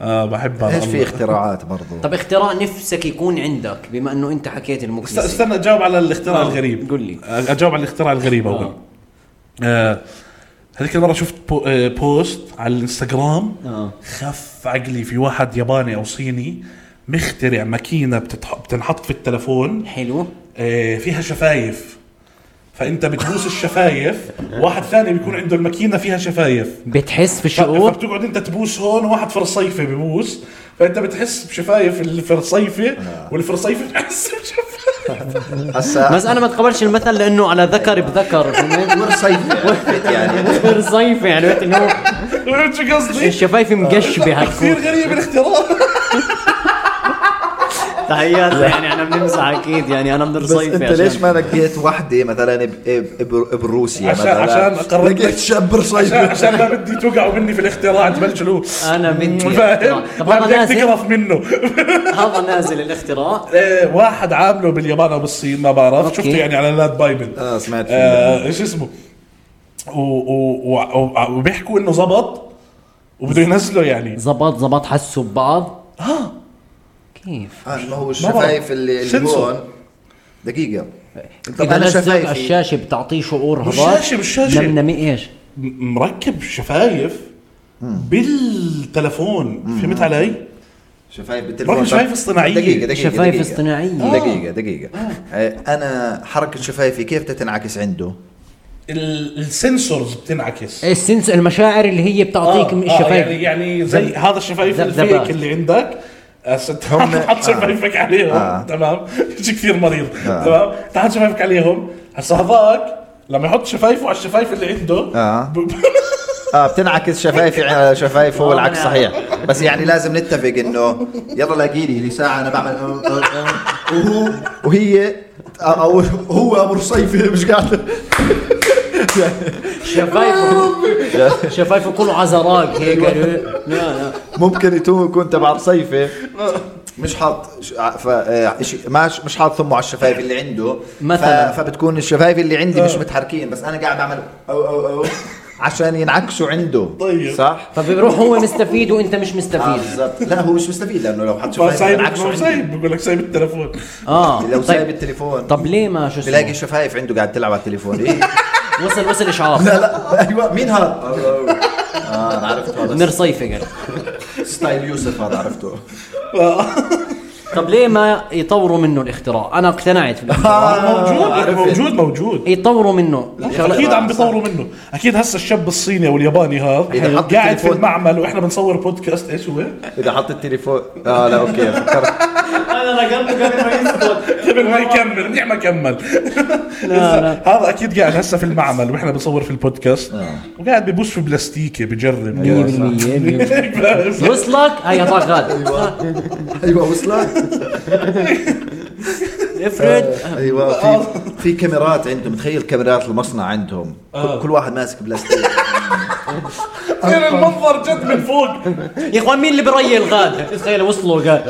آه بحبها ايش في والله. اختراعات برضو طب اختراع نفسك يكون عندك بما انه انت حكيت است- المكنسه استنى اجاوب على الاختراع آه، الغريب قل لي. اجاوب على الاختراع الغريب اول آه. آه، هذيك المره شفت بو آه، بوست على الانستغرام آه. خف عقلي في واحد ياباني او صيني مخترع ماكينه بتتح... بتنحط في التلفون حلو آه، فيها شفايف فانت بتبوس الشفايف آه. واحد ثاني بيكون عنده الماكينه فيها شفايف بتحس في ف- الشعور فبتقعد انت تبوس هون واحد فرصيفه ببوس فانت بتحس بشفايف الفرصيفه آه. والفرصيفه بتحس بشفايف هسا بس انا ما اتقبلش المثل لانه على ذكر بذكر فهمت؟ صيف عرفت يعني صيف يعني عرفت انه هو فهمت شو قصدي؟ الشفايف مقشبه حتكون كثير غريب طيب. الاختراع تحيات يعني انا بنمزح اكيد يعني انا من بس الصيف انت ليش ما لقيت وحده مثلا ب- ب- ب- بروسيا عشان- مثلا عشان أقرب لك. لقيت شاب عشان برصيفي عشان ما بدي توقعوا مني في الاختراع تبلشلوا أنا بدي فاهم؟ اختراع. طب ما هذا بدك لازم. تقرف منه هذا نازل الاختراع آه، واحد عامله باليابان او بالصين ما بعرف أوكي. شفته يعني على لاد بايبل اه سمعت فيه. آه، ايش اسمه و- و- و- وبيحكوا انه زبط وبده ينزله يعني زبط زبط حسوا ببعض اه كيف؟ آه ما هو الشفايف اللي اللي سنسور. هون دقيقة طب اذا أنا لزق شفايفي. الشاشه بتعطيه شعور هباط بالشاشة- بالشاشة. نمنمي ايش؟ م- مركب شفايف بالتلفون فهمت علي؟ شفايف بالتلفون برضه شفايف اصطناعية. دقيقة دقيقة شفايف دقيقة. اصطناعية. آه. دقيقة دقيقة آه، أنا حركة شفايفي كيف تتنعكس عنده؟ ال- السنسورز بتنعكس إيه، السنس المشاعر اللي هي آه، بتعطيك من الشفايف يعني يعني زي هذا الشفايف ذبذبات. الفيك اللي عندك هسه هم- تعال حط شفايفك عليهم آه. تمام شيء كثير مريض آه. تمام تعال شفايفك عليهم هسه هذاك لما يحط شفايفه على الشفايف اللي عنده آه. ب- ب- اه بتنعكس شفايفي على شفايف هو آه. العكس صحيح بس يعني لازم نتفق انه يلا لاقي لي لي ساعه انا بعمل أم- أم- أم، وهو وهي او هو ابو رصيفي مش قاعد شفايفه شفايفه كله عزراق هيك أيوة. يعني. ممكن يتوه يكون تبع رصيفي مش حاط ش- ع- ف- آه، إش- ماش- مش حاط ثمه على الشفايف اللي عنده ف- مثلاً. فبتكون الشفايف اللي عندي مش متحركين بس انا قاعد بعمل او او او عشان ينعكسوا عنده طيب. صح؟ فبيروح هو مستفيد وانت مش اه مستفيد بالضبط لا هو مش مستفيد لانه لو حط ما شفايف سايب ينعكسوا ما عنده سايب بقول لك سايب التلفون اه آه. لو سايب طيب التليفون طب ليه ما شو اسمه بلاقي شفايف عنده قاعد تلعب على التليفون إيه؟ وصل وصل اشعار لا لا ايوه مين هذا؟ اه انا عرفت هذا نير صيفي يعني. قال ستايل يوسف هذا عرفته طب ليه ما يطوروا منه الاختراع انا اقتنعت آه. بالاختراع. موجود عرفت. موجود موجود يطوروا منه اكيد عم بيطوروا منه اكيد هسه الشاب الصيني او الياباني إذا هذا حط قاعد في التليفون- المعمل واحنا بنصور بودكاست ايش هو؟ اذا حط التليفون اه لا اوكي فكرت انا رقمته قبل ما يسكت قبل ما يكمل منيح ما كمل لا، لا. هذا اكيد قاعد هسه في المعمل واحنا بنصور في البودكاست آه. وقاعد ببوس في بلاستيكه بجرب قاعد. 100% وصلك هاي هذاك غاد أيوة. ايوه وصلت افرد ايوه في في كاميرات عندهم تخيل كاميرات المصنع عندهم آه. كل- كل واحد ماسك بلاستيك يعني المنظر جد من فوق يا اخوان مين اللي بريل غاد تخيل وصلوا قال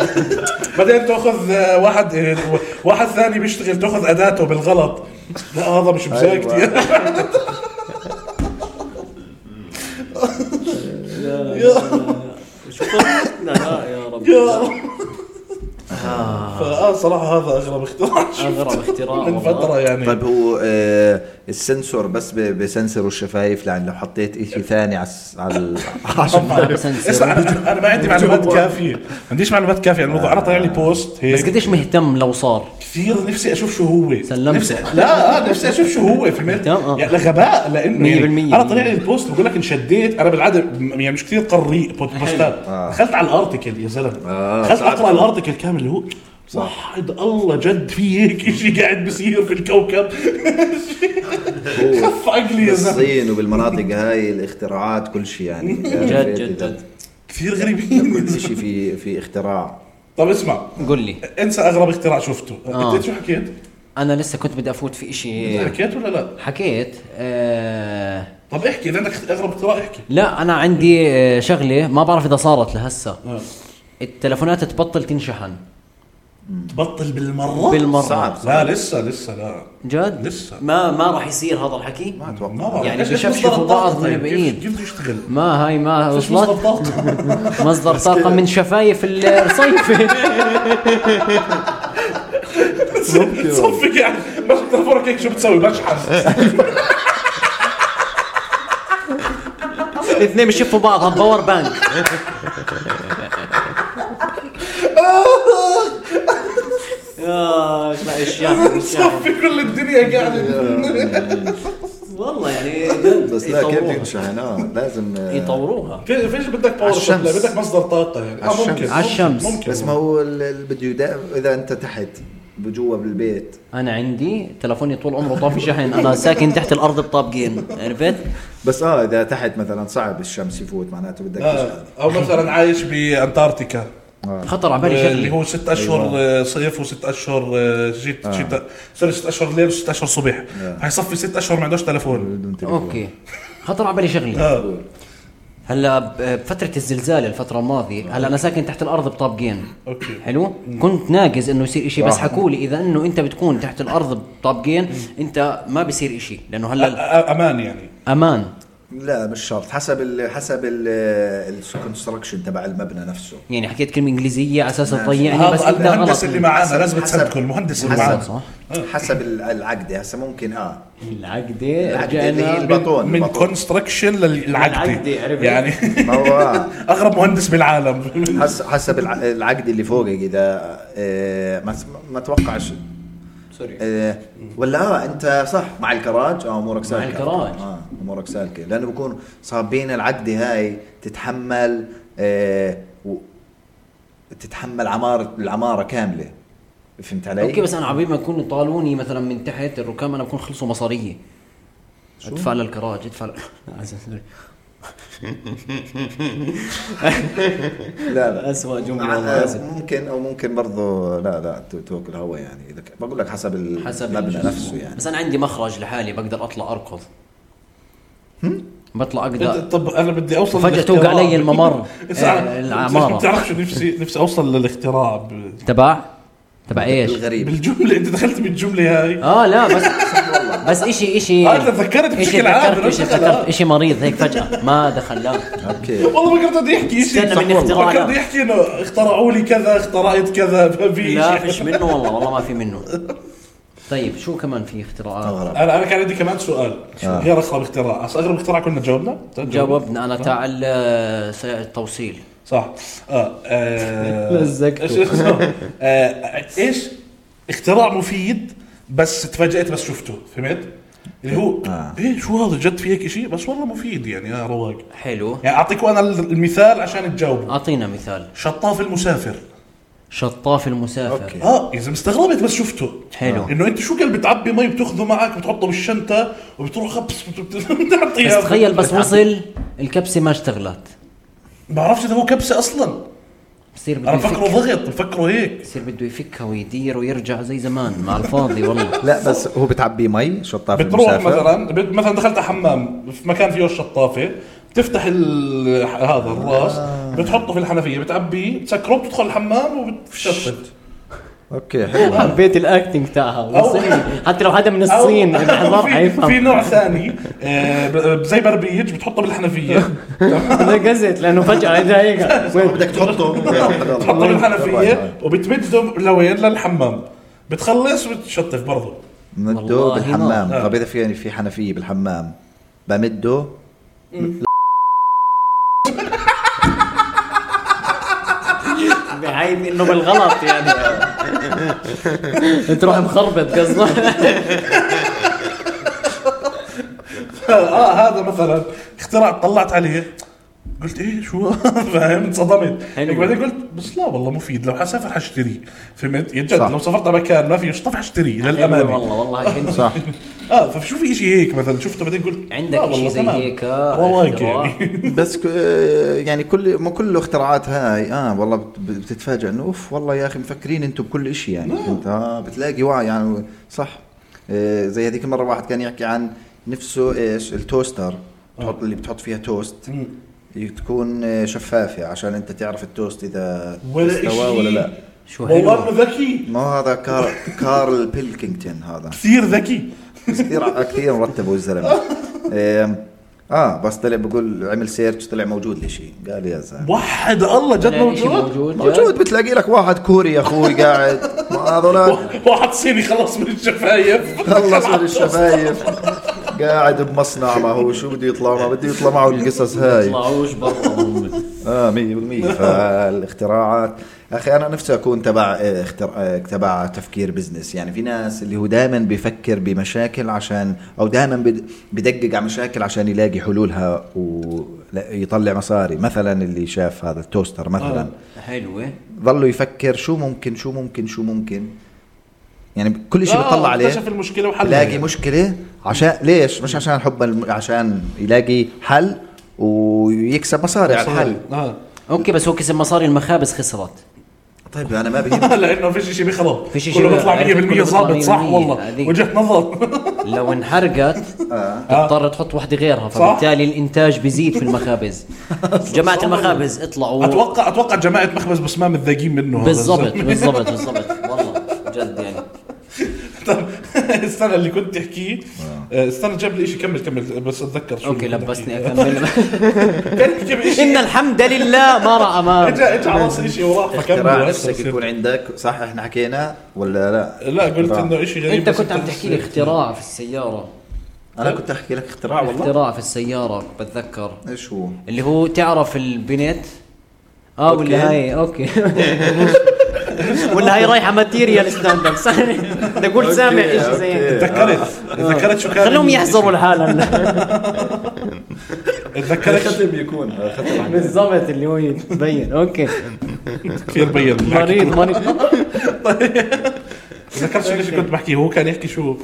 بعدين تاخذ آه، واحد آه، واحد ثاني بيشتغل تاخذ اداته بالغلط لا هذا مش مزاجتي لا لا يا رب اه صراحه هذا اغرب اختراع شفته اغرب اختراع من والله. فتره يعني طيب هو آه السنسور بس ب- بسنسر الشفايف لان لو حطيت شيء ثاني على الس- على ال- عشان طبعاً بسنسر. اسمع انا أنا ما عندي معلومات كافيه ما عنديش معلومات كافيه عن الموضوع انا طلع لي بوست بس هيك قديش مهتم لو صار كثير نفسي اشوف شو هو سلمت. نفسي لا آه، نفسي اشوف شو هو فهمت تمام، آه. يعني غباء لانه يعني 100% انا طلع لي البوست بقول لك انشديت انا بالعاده م- يعني مش كثير قاري بود- بوستات دخلت على الارتكل يا زلمه آه، دخلت صعب. اقرا الارتكل كامل اللي هو وحد الله جد في هيك شيء قاعد بصير في الكوكب هو خف عقلي يا زلمه بالصين وبالمناطق هاي الاختراعات كل شيء يعني جد جد جد كثير غريبين كل شيء في في اختراع طب اسمع قل لي انسى اغرب اختراع شفته آه. إيه. انت شو حكيت؟ انا لسه كنت بدي افوت في نعم. اشي حكيت ولا لا؟ حكيت آه طب احكي اذا عندك اغرب اختراع احكي لا انا عندي آه، شغله ما بعرف اذا صارت لهسه آه. التلفونات تبطل تنشحن تبطل بالمره بالمره صعب. لا لسه لسه لا جد لسه. ما ما راح يصير هذا الحكي ما ما اتوقع بعرف. يعني إيش- إيش بيشفشفوا مصدر الطاقة بعض من طيب؟ كيف- بعيد. كيف بده يشتغل؟ ما هاي ما إيش مصدر وصلت الطاقة؟ مصدر طاقه من شفايف الصيفي صفق يعني مش تلفونك هيك شو بتسوي إيه. بشحن الاثنين بيشفوا بعض على باور بانك يا آه، لا يعني، اشياء صفي كل الدنيا قاعدة والله يعني بس لا كيف ينشحن اه لازم آه، يطوروها في- فيش بدك باور عالشمس. سبلاي بدك مصدر طاقة يعني آه، عالشمس. ممكن عالشمس. ممكن بس ما هو ال- ال- بده يدا- اذا انت تحت جوا بالبيت انا عندي تلفوني طول عمره طافي شحن انا ساكن تحت الارض بطابقين عرفت بس اه اذا تحت مثلا صعب الشمس يفوت معناته بدك تشحن. آه، او مثلا عايش بانتاركتيكا خطر على بالي آه، اللي شغله هو ست اشهر أيوة. آه، صيف وست اشهر آه، شت- شتاء سوري ست اشهر ليل وست اشهر صبح آه. حيصفي ست اشهر ما عندوش تلفون بدون تليفون. اوكي خطر على بالي شغله اه هلا ب- بفتره الزلزال الفتره الماضيه هلا انا ساكن تحت الارض بطابقين اوكي حلو كنت ناقز انه يصير إشي بس حكوا لي اذا انه انت بتكون تحت الارض بطابقين انت ما بيصير إشي لانه أ- هلا أ- امان يعني امان لا مش شرط حسب ال حسب الكونستراكشن تبع المبنى نفسه يعني حكيت كلمه انجليزيه على اساس ماشي. تضيعني يعني بس نعم. هذا يبدا غلط المهندس اللي معانا لازم حسب- تصدقه المهندس اللي حسب معانا صح حسب ال- العقد هسه ممكن اه العقده العقده اللي هي رجعنا البطون من البطون. كونستركشن للعقد للعقدة، عرفت؟ يعني ما هو آه. اغرب مهندس بالعالم حس- حسب الع- العقد اللي فوقك اذا آه، ما ما اتوقعش سوري آه، ولا اه انت صح مع الكراج اه امورك سالكه الكراج. اه امورك سالكه لانه بكون صابين العقده هاي تتحمل آه و... تتحمل عمارة العمارة كاملة فهمت علي؟ اوكي بس انا عبيد ما يكونوا طالوني مثلا من تحت الركام انا بكون خلصوا مصاريه ادفع للكراج ادفع ل- سوري. لا لا أسوأ جملة مع- والله، آه، آسف. ممكن او ممكن برضه لا لا تو- توكل هوا يعني اذا ك- بقول لك حسب حسب المبنى الجسم. نفسه يعني بس انا عندي مخرج لحالي بقدر اطلع اركض بطلع اقدر طب انا بدي اوصل فجأة للاختراع. توقع علي الممر. بس أنا- آه، العمارة. بتعرف شو نفسي نفسي اوصل للاختراع ب- تبع تبع ايش؟ الغريب بالجمله انت دخلت بالجمله هاي اه لا بس بس اشي اشي آه، أنت تذكرت إشي بشكل عام، تذكرت أنا اشي مش دخل، تذكرت آه. اشي مريض هيك فجأة ما دخل لا اوكي والله فكرت بده يحكي شيء استنى من اختراع، فكرت لا. بده يحكي انه اخترعوا لي كذا اخترعت كذا ما في لا شيء. فيش منه والله والله ما في منه طيب شو كمان في اختراعات؟ اغرب انا انا كان عندي كمان سؤال آه. غير اغرب اختراع أصل اغرب اختراع كنا جاوبنا جاوبنا انا تاع ال- س- التوصيل صح اه, آه لزقته. ايش إيش اسمه؟ آه، ايش اختراع مفيد بس تفاجئت بس شفته فهمت؟ اللي هو آه. ايه شو هذا جد في هيك شيء بس والله مفيد يعني يا رواق حلو يعني اعطيكم انا المثال عشان تجاوبوا اعطينا مثال شطاف المسافر شطاف المسافر اوكي اه يا زلمه استغربت بس شفته حلو. انه انت شو قال بتعبي مي بتاخذه معك بتحطه بالشنطه وبتروح خبص بت- بت- بس بتعطيها تخيل بس وصل الكبسه ما اشتغلت ما بعرفش اذا هو كبسه اصلا بصير بده انا مفكره يفك ضغط مفكره هيك بصير بده يفكها ويدير ويرجع زي زمان مع الفاضي والله لا بس هو بتعبيه مي شطاف بتروح المسافر مثلا بت- مثلا دخلت على حمام في مكان فيه الشطافه بتفتح ال- هذا الراس آه. بتحطه في الحنفيه بتعبيه بتسكره بتدخل الحمام وبتشطف اوكي حلو حبيت الاكتنج تاعها أو- مصري. حتى لو حدا من أو- الصين ما أو في, في حيفهم نوع ثاني آه، ب- زي بربيج بتحطه بالحنفيه نقزت لانه فجاه إجا هيك وين؟ بدك تحطه بتحطه بالحنفيه وبتمده لوين للحمام بتخلص وبتشطف برضه مده والله بالحمام نار. طب اذا في يعني في حنفيه بالحمام بمده بعيب انه بالغلط يعني تروح مخربط قصدك اه هذا مثلا اختراع طلعت عليه قلت ايه شو فاهم انصدمت حلو. هيك بعدين قلت بس لا والله مفيد لو حسافر حشتريه فهمت يا جد صح. لو سافرت على مكان ما في شطف حشتريه للامانه والله والله كنت صح اه فشو في شيء هيك مثلا شفته بعدين قلت عندك لا والله شيء زي تمام. هيك رواق اختراع. يعني بس ك- آه، يعني كل ما كل الاختراعات هاي اه والله بت- بتتفاجئ انه اوف والله يا اخي مفكرين انتم بكل شيء يعني فهمت اه بتلاقي وعي يعني صح آه، زي هذيك المره واحد كان يحكي عن نفسه ايش التوستر تحط اللي بتحط فيها توست تكون آه، شفافه عشان انت تعرف التوست اذا ولا استوى شيء ولا لا شو والله حلو انه ذكي ما هو هذا كار... كارل بيلكينغتون هذا كثير ذكي كثير كثير مرتبه الزلمه إيه، اه بس طلع بقول عمل سيرش طلع موجود الشيء قال يا زلمه وحد الله جد يعني شيء موجود موجود موجود بتلاقي لك واحد كوري يا اخوي قاعد ما هذولاك واحد صيني خلص من الشفايف خلص من الشفايف قاعد بمصنع ما هو شو بده يطلع ما بده يطلع معه القصص هاي طلعوش برا اه 100% فالاختراعات اخي انا نفسي اكون تبع آه، اختر... آه، تبع تفكير بزنس يعني في ناس اللي هو دائما بيفكر بمشاكل عشان او دائما بد... بدقق على مشاكل عشان يلاقي حلولها ويطلع مصاري مثلا اللي شاف هذا التوستر مثلا آه. حلوه ظلوا يفكر شو ممكن شو ممكن شو ممكن يعني كل شيء آه، بيطلع عليه اكتشف المشكله وحلها يلاقي يعني. مشكلة عشان ليش؟ مش عشان حب الم... عشان يلاقي حل ويكسب مصاري على الحل آه. اوكي بس هو كسب مصاري المخابز خسرت طيب انا ما بهم لانه فيش شيء بيخرب فيش فيش إشي كله بيخرب. بيطلع 100% كله بيطلع ظابط صح 100%. والله هذيك. وجهه نظر لو انحرقت تضطر تحط واحدة غيرها آه. صح. فبالتالي الانتاج بيزيد في المخابز جماعة المخابز اطلعوا اتوقع اتوقع جماعه مخبز بسمام الذاقين منه هذا بالضبط الزلمة. بالضبط بالضبط والله جد يعني طب استنى اللي كنت تحكيه آه، استنى جاب لي شيء كمل كمل بس اتذكر شو اوكي اللي كنت لبسني أحكيه. اكمل كان يحكي بشيء ان الحمد لله ما راى اجى امام اجى على راسي شيء وراح اختراع فكمل نفسك يكون عندك صح احنا حكينا ولا لا لا قلت اختراع. انه شيء غريب انت بس كنت عم تحكي لي حسيت. اختراع في السياره انا كنت احكي لك آه، اختراع والله اختراع في السياره بتذكر ايش هو اللي هو تعرف البنت اه أوكي. ولا هاي اوكي ولا هاي رايحه ماتيريال ستاند اب بدي اقول سامع أوكي، شيء زي هيك أوكي. تذكرت تذكرت شو كان آه. خلوهم يحزروا الحال تذكرت بيكون بالضبط اللي هو يتبين اوكي كثير بين مريض مريض تذكرت شو ليش كنت بحكي هو كان يحكي شو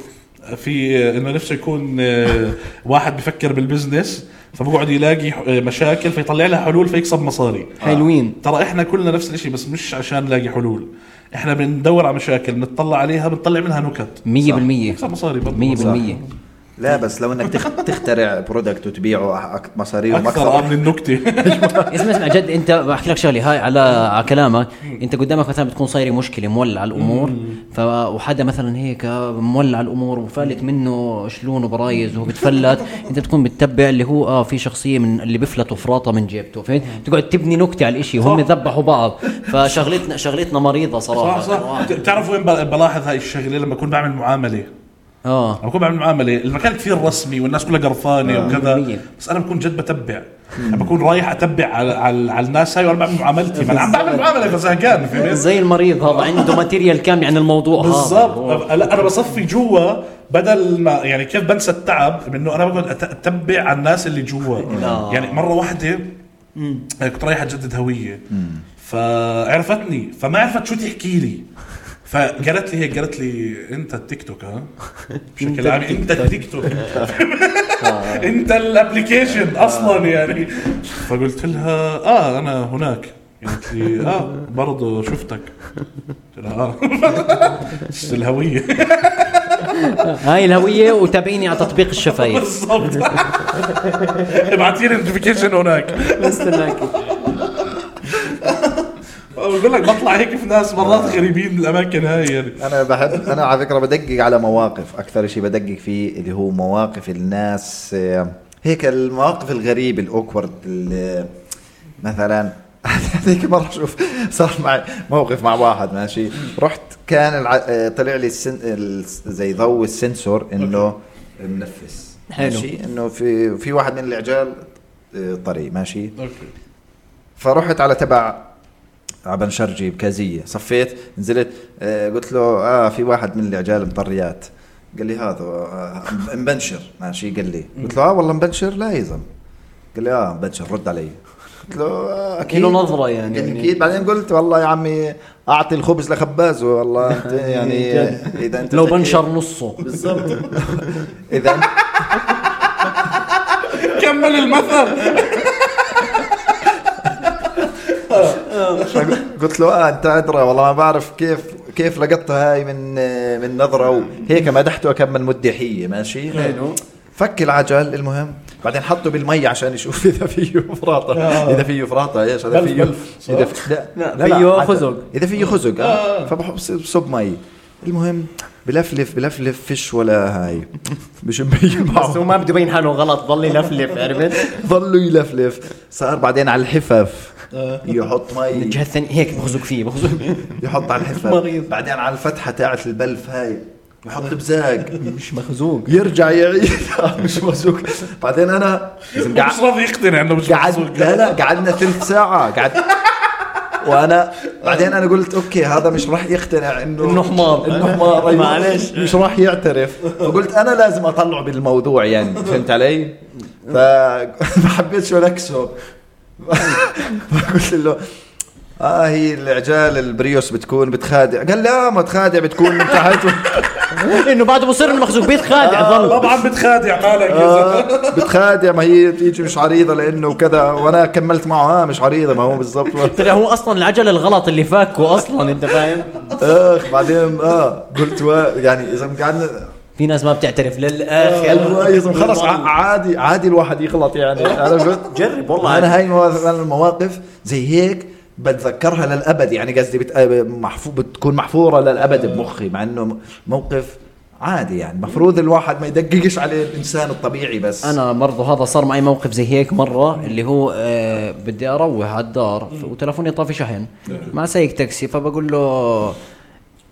في انه نفسه يكون آه، واحد بفكر بالبزنس فبقعد يلاقي ح- آه، مشاكل فيطلع لها حلول فيكسب مصاري حلوين ترى احنا كلنا نفس الشيء بس مش عشان نلاقي حلول احنا بندور على مشاكل بنطلع عليها بنطلع منها نكت 100% نكسب مصاري برضه. 100% لا بس لو انك تخ- تخترع برودكت وتبيعه أك- مصاريهم اكثر آه من اكثر النكته اسمع اسمع جد انت بحكي لك شغله هاي على على كلامك انت قدامك مثلا بتكون صايره مشكله مولع الامور ف وحدا مثلا هيك مولع الامور وفالت منه شلون وبرايز وهو بتفلت انت بتكون بتتبع اللي هو اه في شخصيه من اللي بيفلت وفراطه من جيبته فهمت تقعد تبني نكته على الاشي وهم ذبحوا بعض فشغلتنا شغلتنا مريضه صح صراحه صح بتعرف وين ب- بلاحظ هاي الشغله لما اكون بعمل معامله اه لما بكون بعمل معامله المكان كثير رسمي والناس كلها قرفانه وكذا مية. بس انا بكون جد بتبع انا بكون رايح اتبع على, على, على الناس هاي وانا بعمل معاملتي ما انا عم بعمل معامله فزهقان فهمت زي المريض هذا عنده ماتيريال كامل عن الموضوع هذا بالضبط لا انا بصفي جوا بدل ما يعني كيف بنسى التعب من انه انا بقعد أت- اتبع على الناس اللي جوا يعني مره واحده كنت رايح اجدد هويه فعرفتني فما عرفت شو تحكي لي فقالت لي هيك قالت لي انت التيك توك ها بشكل عام انت التيك توك انت الابلكيشن اصلا يعني فقلت لها اه انا هناك قالت لي اه برضه شفتك قلت لها اه بس الهويه هاي الهويه وتابعيني على تطبيق الشفايف بالضبط ابعتي لي نوتيفيكيشن هناك بستناكي بقول لك بطلع هيك في ناس آه. مرات غريبين بالاماكن هاي يعني انا بحب انا على فكره بدقق على مواقف اكثر شيء بدقق فيه اللي هو مواقف الناس آه، هيك المواقف الغريبه الاوكورد ال- مثلا هذيك مره شوف صار معي موقف مع واحد ماشي رحت كان الع... آه، طلع لي السن... ال- زي ضوء السنسور انه منفس حلو. ماشي انه في في واحد من العجال آه، طري ماشي اوكي فرحت على تبع عبن شرجي بكازية صفيت نزلت آه، قلت له اه في واحد من العجال مطريات قال لي هذا آه، مبنشر ماشي قال لي قلت له اه والله مبنشر لا يزم قال لي اه مبنشر رد علي قلت له آه اكيد له نظرة يعني. قال لي اكيد بعدين قلت والله يا عمي اعطي الخبز لخبازه والله انت يعني اذا انت لو ذكي- بنشر نصه بالضبط اذا أنت كمل المثل قلت له اه انت ادرى والله ما بعرف كيف كيف لقطتها هاي من من نظره وهيك مدحته اكمل مدحيه ماشي حلو. فك العجل المهم بعدين حطه بالمي عشان يشوف اذا فيه فراطه اذا فيه فراطه ايش اذا بلف فيه بلف، صح؟ اذا في لا آه. لا، فيه عجل. خزق. اذا فيه خزق آه. فبحب صب مي المهم بلفلف بلفلف فيش ولا هاي بشم مي بس معه هو ما بده يبين حاله غلط ضل يلفلف عرفت؟ ظلوا يلفلف صار بعدين على الحفف آه. يحط من مي الجهه الثانيه هيك بخزق فيه بخزق يحط على الحفه مريض. بعدين على الفتحه تاعت البلف هاي يحط بزاق مش مخزوق يرجع يعيد مش مسوق بعدين انا لازم مش قعد راضي يقتنع انه مش قعد لا لا قعدنا ثلث ساعه قعد وانا بعدين انا قلت اوكي هذا مش راح يقتنع انه إنه حمار. انه حمار أيوة. معلش. مش راح يعترف فقلت انا لازم اطلعه بالموضوع يعني فهمت علي؟ فما حبيتش انكسه فقلت له اه هي العجال البريوس بتكون بتخادع قال لا ما تخادع بتكون من تحت انه بعده بصير انه مخزوق بيت خادع ضل طبعا بتخادع مالك يا زلمه آه، بتخادع ما هي بتيجي مش عريضه لانه وكذا وانا كملت معه اه مش عريضه ما هو بالضبط طلع هو اصلا العجل الغلط اللي فاكه اصلا انت فاهم؟ اخ آه، بعدين اه قلت وا- يعني اذا قعدنا في ناس ما بتعترف للاخر ايوه يا زلمة خلص ع- عادي عادي الواحد يغلط يعني عرفت جرب والله انا هاي المواقف- أنا المواقف زي هيك بتذكرها آه، للابد يعني قصدي بت... محفو... بتكون محفوره للابد بمخي مع انه م- موقف عادي يعني المفروض الواحد ما يدققش على الانسان الطبيعي بس انا برضو هذا صار معي موقف زي هيك مره اللي هو آه بدي اروح على الدار ف- وتلفوني طافي شحن مع سايق تاكسي فبقول له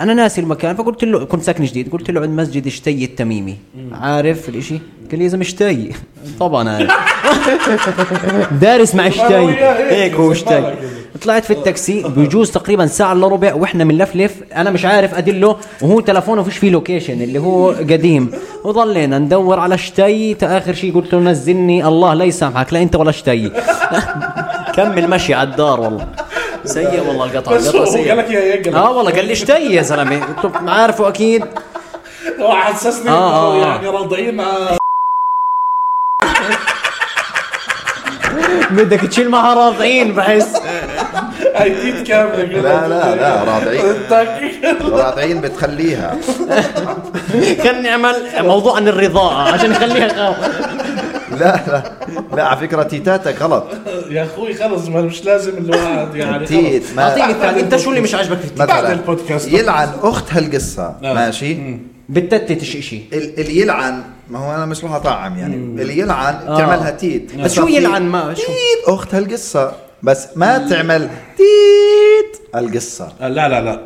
انا ناسي المكان فقلت له كنت ساكن جديد قلت له عند مسجد شتي التميمي عارف الاشي قال لي يا زلمه شتي طبعا عارف دارس مع شتي هيك هو شتي طلعت في التاكسي بجوز تقريبا ساعه الا ربع واحنا بنلفلف انا مش عارف ادله وهو تلفونه فيش فيه لوكيشن اللي هو قديم وضلينا ندور على شتي تا اخر شيء قلت له نزلني الله لا يسامحك لا انت ولا شتي كمل مشي على الدار والله سيء والله القطع بس القطع هو قال سيء لك يا يقلب اه آه، والله قال لي شتي يا زلمه قلت له عارفه اكيد هو حسسني آه، انه آه. يعني راضعين مع بدك تشيل معها راضعين بحس ايديت كامله لا لا لا راضعين لا راضعين بتخليها كان نعمل موضوع عن الرضاعه عشان نخليها خاوة. لا لا لا على فكره تيتاتك غلط يا اخوي خلص ما مش لازم الواحد يعني خلص. تيت ما اعطيني الثاني انت شو اللي مش عاجبك في التيك مثلا بعد البودكاست. يلعن اخت هالقصه نعم. ماشي بتتتش اشي ال- اللي يلعن ما هو انا مش رح اطعم يعني اللي يلعن تعملها تيت بس آه. شو صار في يلعن ما- شو؟ تيت اخت هالقصه بس ما تعمل تيت القصه آه، لا لا لا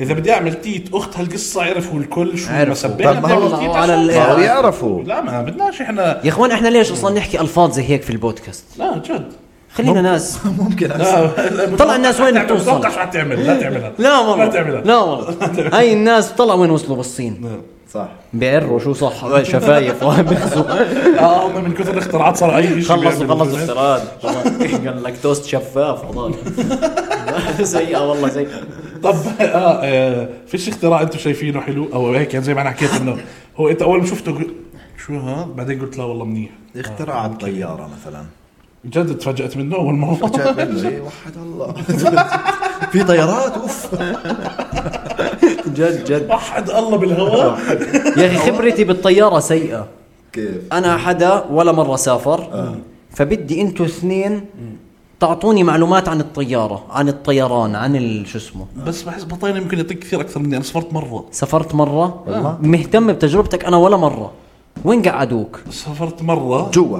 اذا بدي اعمل تيت اخت هالقصه عرفوا الكل شو عرفوا. مسبيها طب ما بدي أعمل هو تيت على عشان- ال- ما هو يعرفوا لا ما بدناش احنا يا اخوان احنا ليش اصلا نحكي الفاظ زي هيك في البودكاست لا جد خلينا ناس ممكن أصلاً. لا طلع الناس وين تعمل- بتوصل؟ بتوقع شو حتعمل لا تعملها لا والله لا تعملها لا والله هاي الناس طلع وين وصلوا بالصين صح بيعروا شو صح هاي شفايف وهاي بيخزوا اه هم من كثر الاختراعات صار اي شيء خلصوا بيعملوا. خلصوا افتراض قال لك توست شفاف والله سيئة والله سيئة طب اه آه، فيش اختراع انتم شايفينه حلو او هيك يعني زي ما انا حكيت انه هو انت اول ما شفته قل- شو ها بعدين قلت لا والله منيح اختراع الطياره مثلا جد تفاجات منه اول مره جاب منه إيه، وحد الله في طيارات اوف جد جد وحد الله بالهواء يا اخي خبرتي بالطيارة سيئة كيف انا حدا ولا مرة سافر فبدي انتوا اثنين تعطوني معلومات عن الطيارة عن الطيران عن ال- شو اسمه بس بحس بطيني يمكن يعطيك كثير اكثر مني انا صفرت مره سافرت مرة والله. مهتم بتجربتك انا ولا مرة وين قعدوك سافرت مره جوا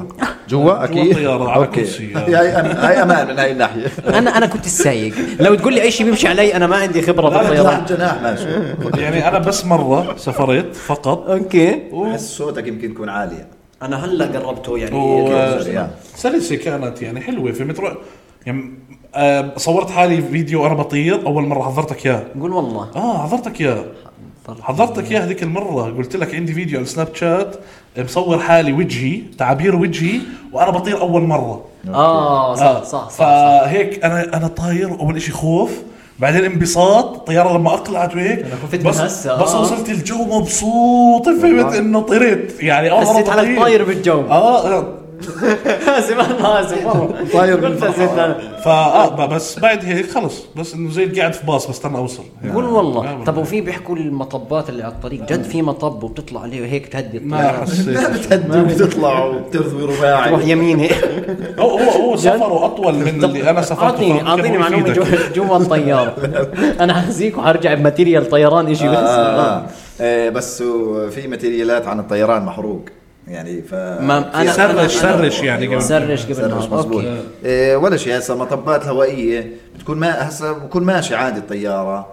جوا اكيد الطيارة على كرسي. هاي أم- هاي امان من هاي الناحيه انا انا كنت السايق لو تقول لي اي شيء بيمشي علي انا ما عندي خبرة طيران بالطيران جناح ماشي يعني انا بس مره سافرت فقط اوكي بحس صوتك يمكن يكون عالي انا هلا قربته يعني و- كيف يعني. سلسه كانت يعني حلوه في مترو يعني آه، صورت حالي فيديو وانا بطير اول مره حضرتك اياه قول والله اه حضرتك اياه حضرتك اياه هذيك المره قلت لك عندي فيديو على سناب شات مصور حالي وجهي تعابير وجهي وانا بطير اول مره اه آه، صح صح صح, فهيك انا انا طاير اول شيء خوف بعدين انبساط الطياره لما اقلعت وهيك أنا خفت من بس هسا، آه. بس وصلت الجو مبسوط فهمت انه طرت يعني اول حسيت مرة حالك بطير. طاير بالجو. اه آه. اسف انا اسف والله طاير قلت بالجو. اسف أنا. فا آه، بس بعد هيك خلص بس انه زي قاعد في باص بستنى اوصل قول والله آه. طب وفي بيحكوا المطبات اللي على الطريق جد في مطب وبتطلع عليه هيك تهدي ما الطيارة ما حسيت بتهدوا بتطلعوا بترثوي تروح رباعي يمين هيك هو هو هو سفره اطول من اللي انا سافرته اعطيني فممكن اعطيني هو معلومه يفيدك. جوا جوا الطياره انا حزيك وحرجع بماتيريال طيران آه، اشي بس آه، آه. آه، بس هو في ماتيريالات عن الطيران محروق يعني ف ما أنا- سرش- سرش يعني أيوة. قبل- سرش قبل ما- سرش مزبوط أوكي. آه، ولا شيء هسه مطبات هوائيه بتكون ما هسه بكون ماشي عادي الطياره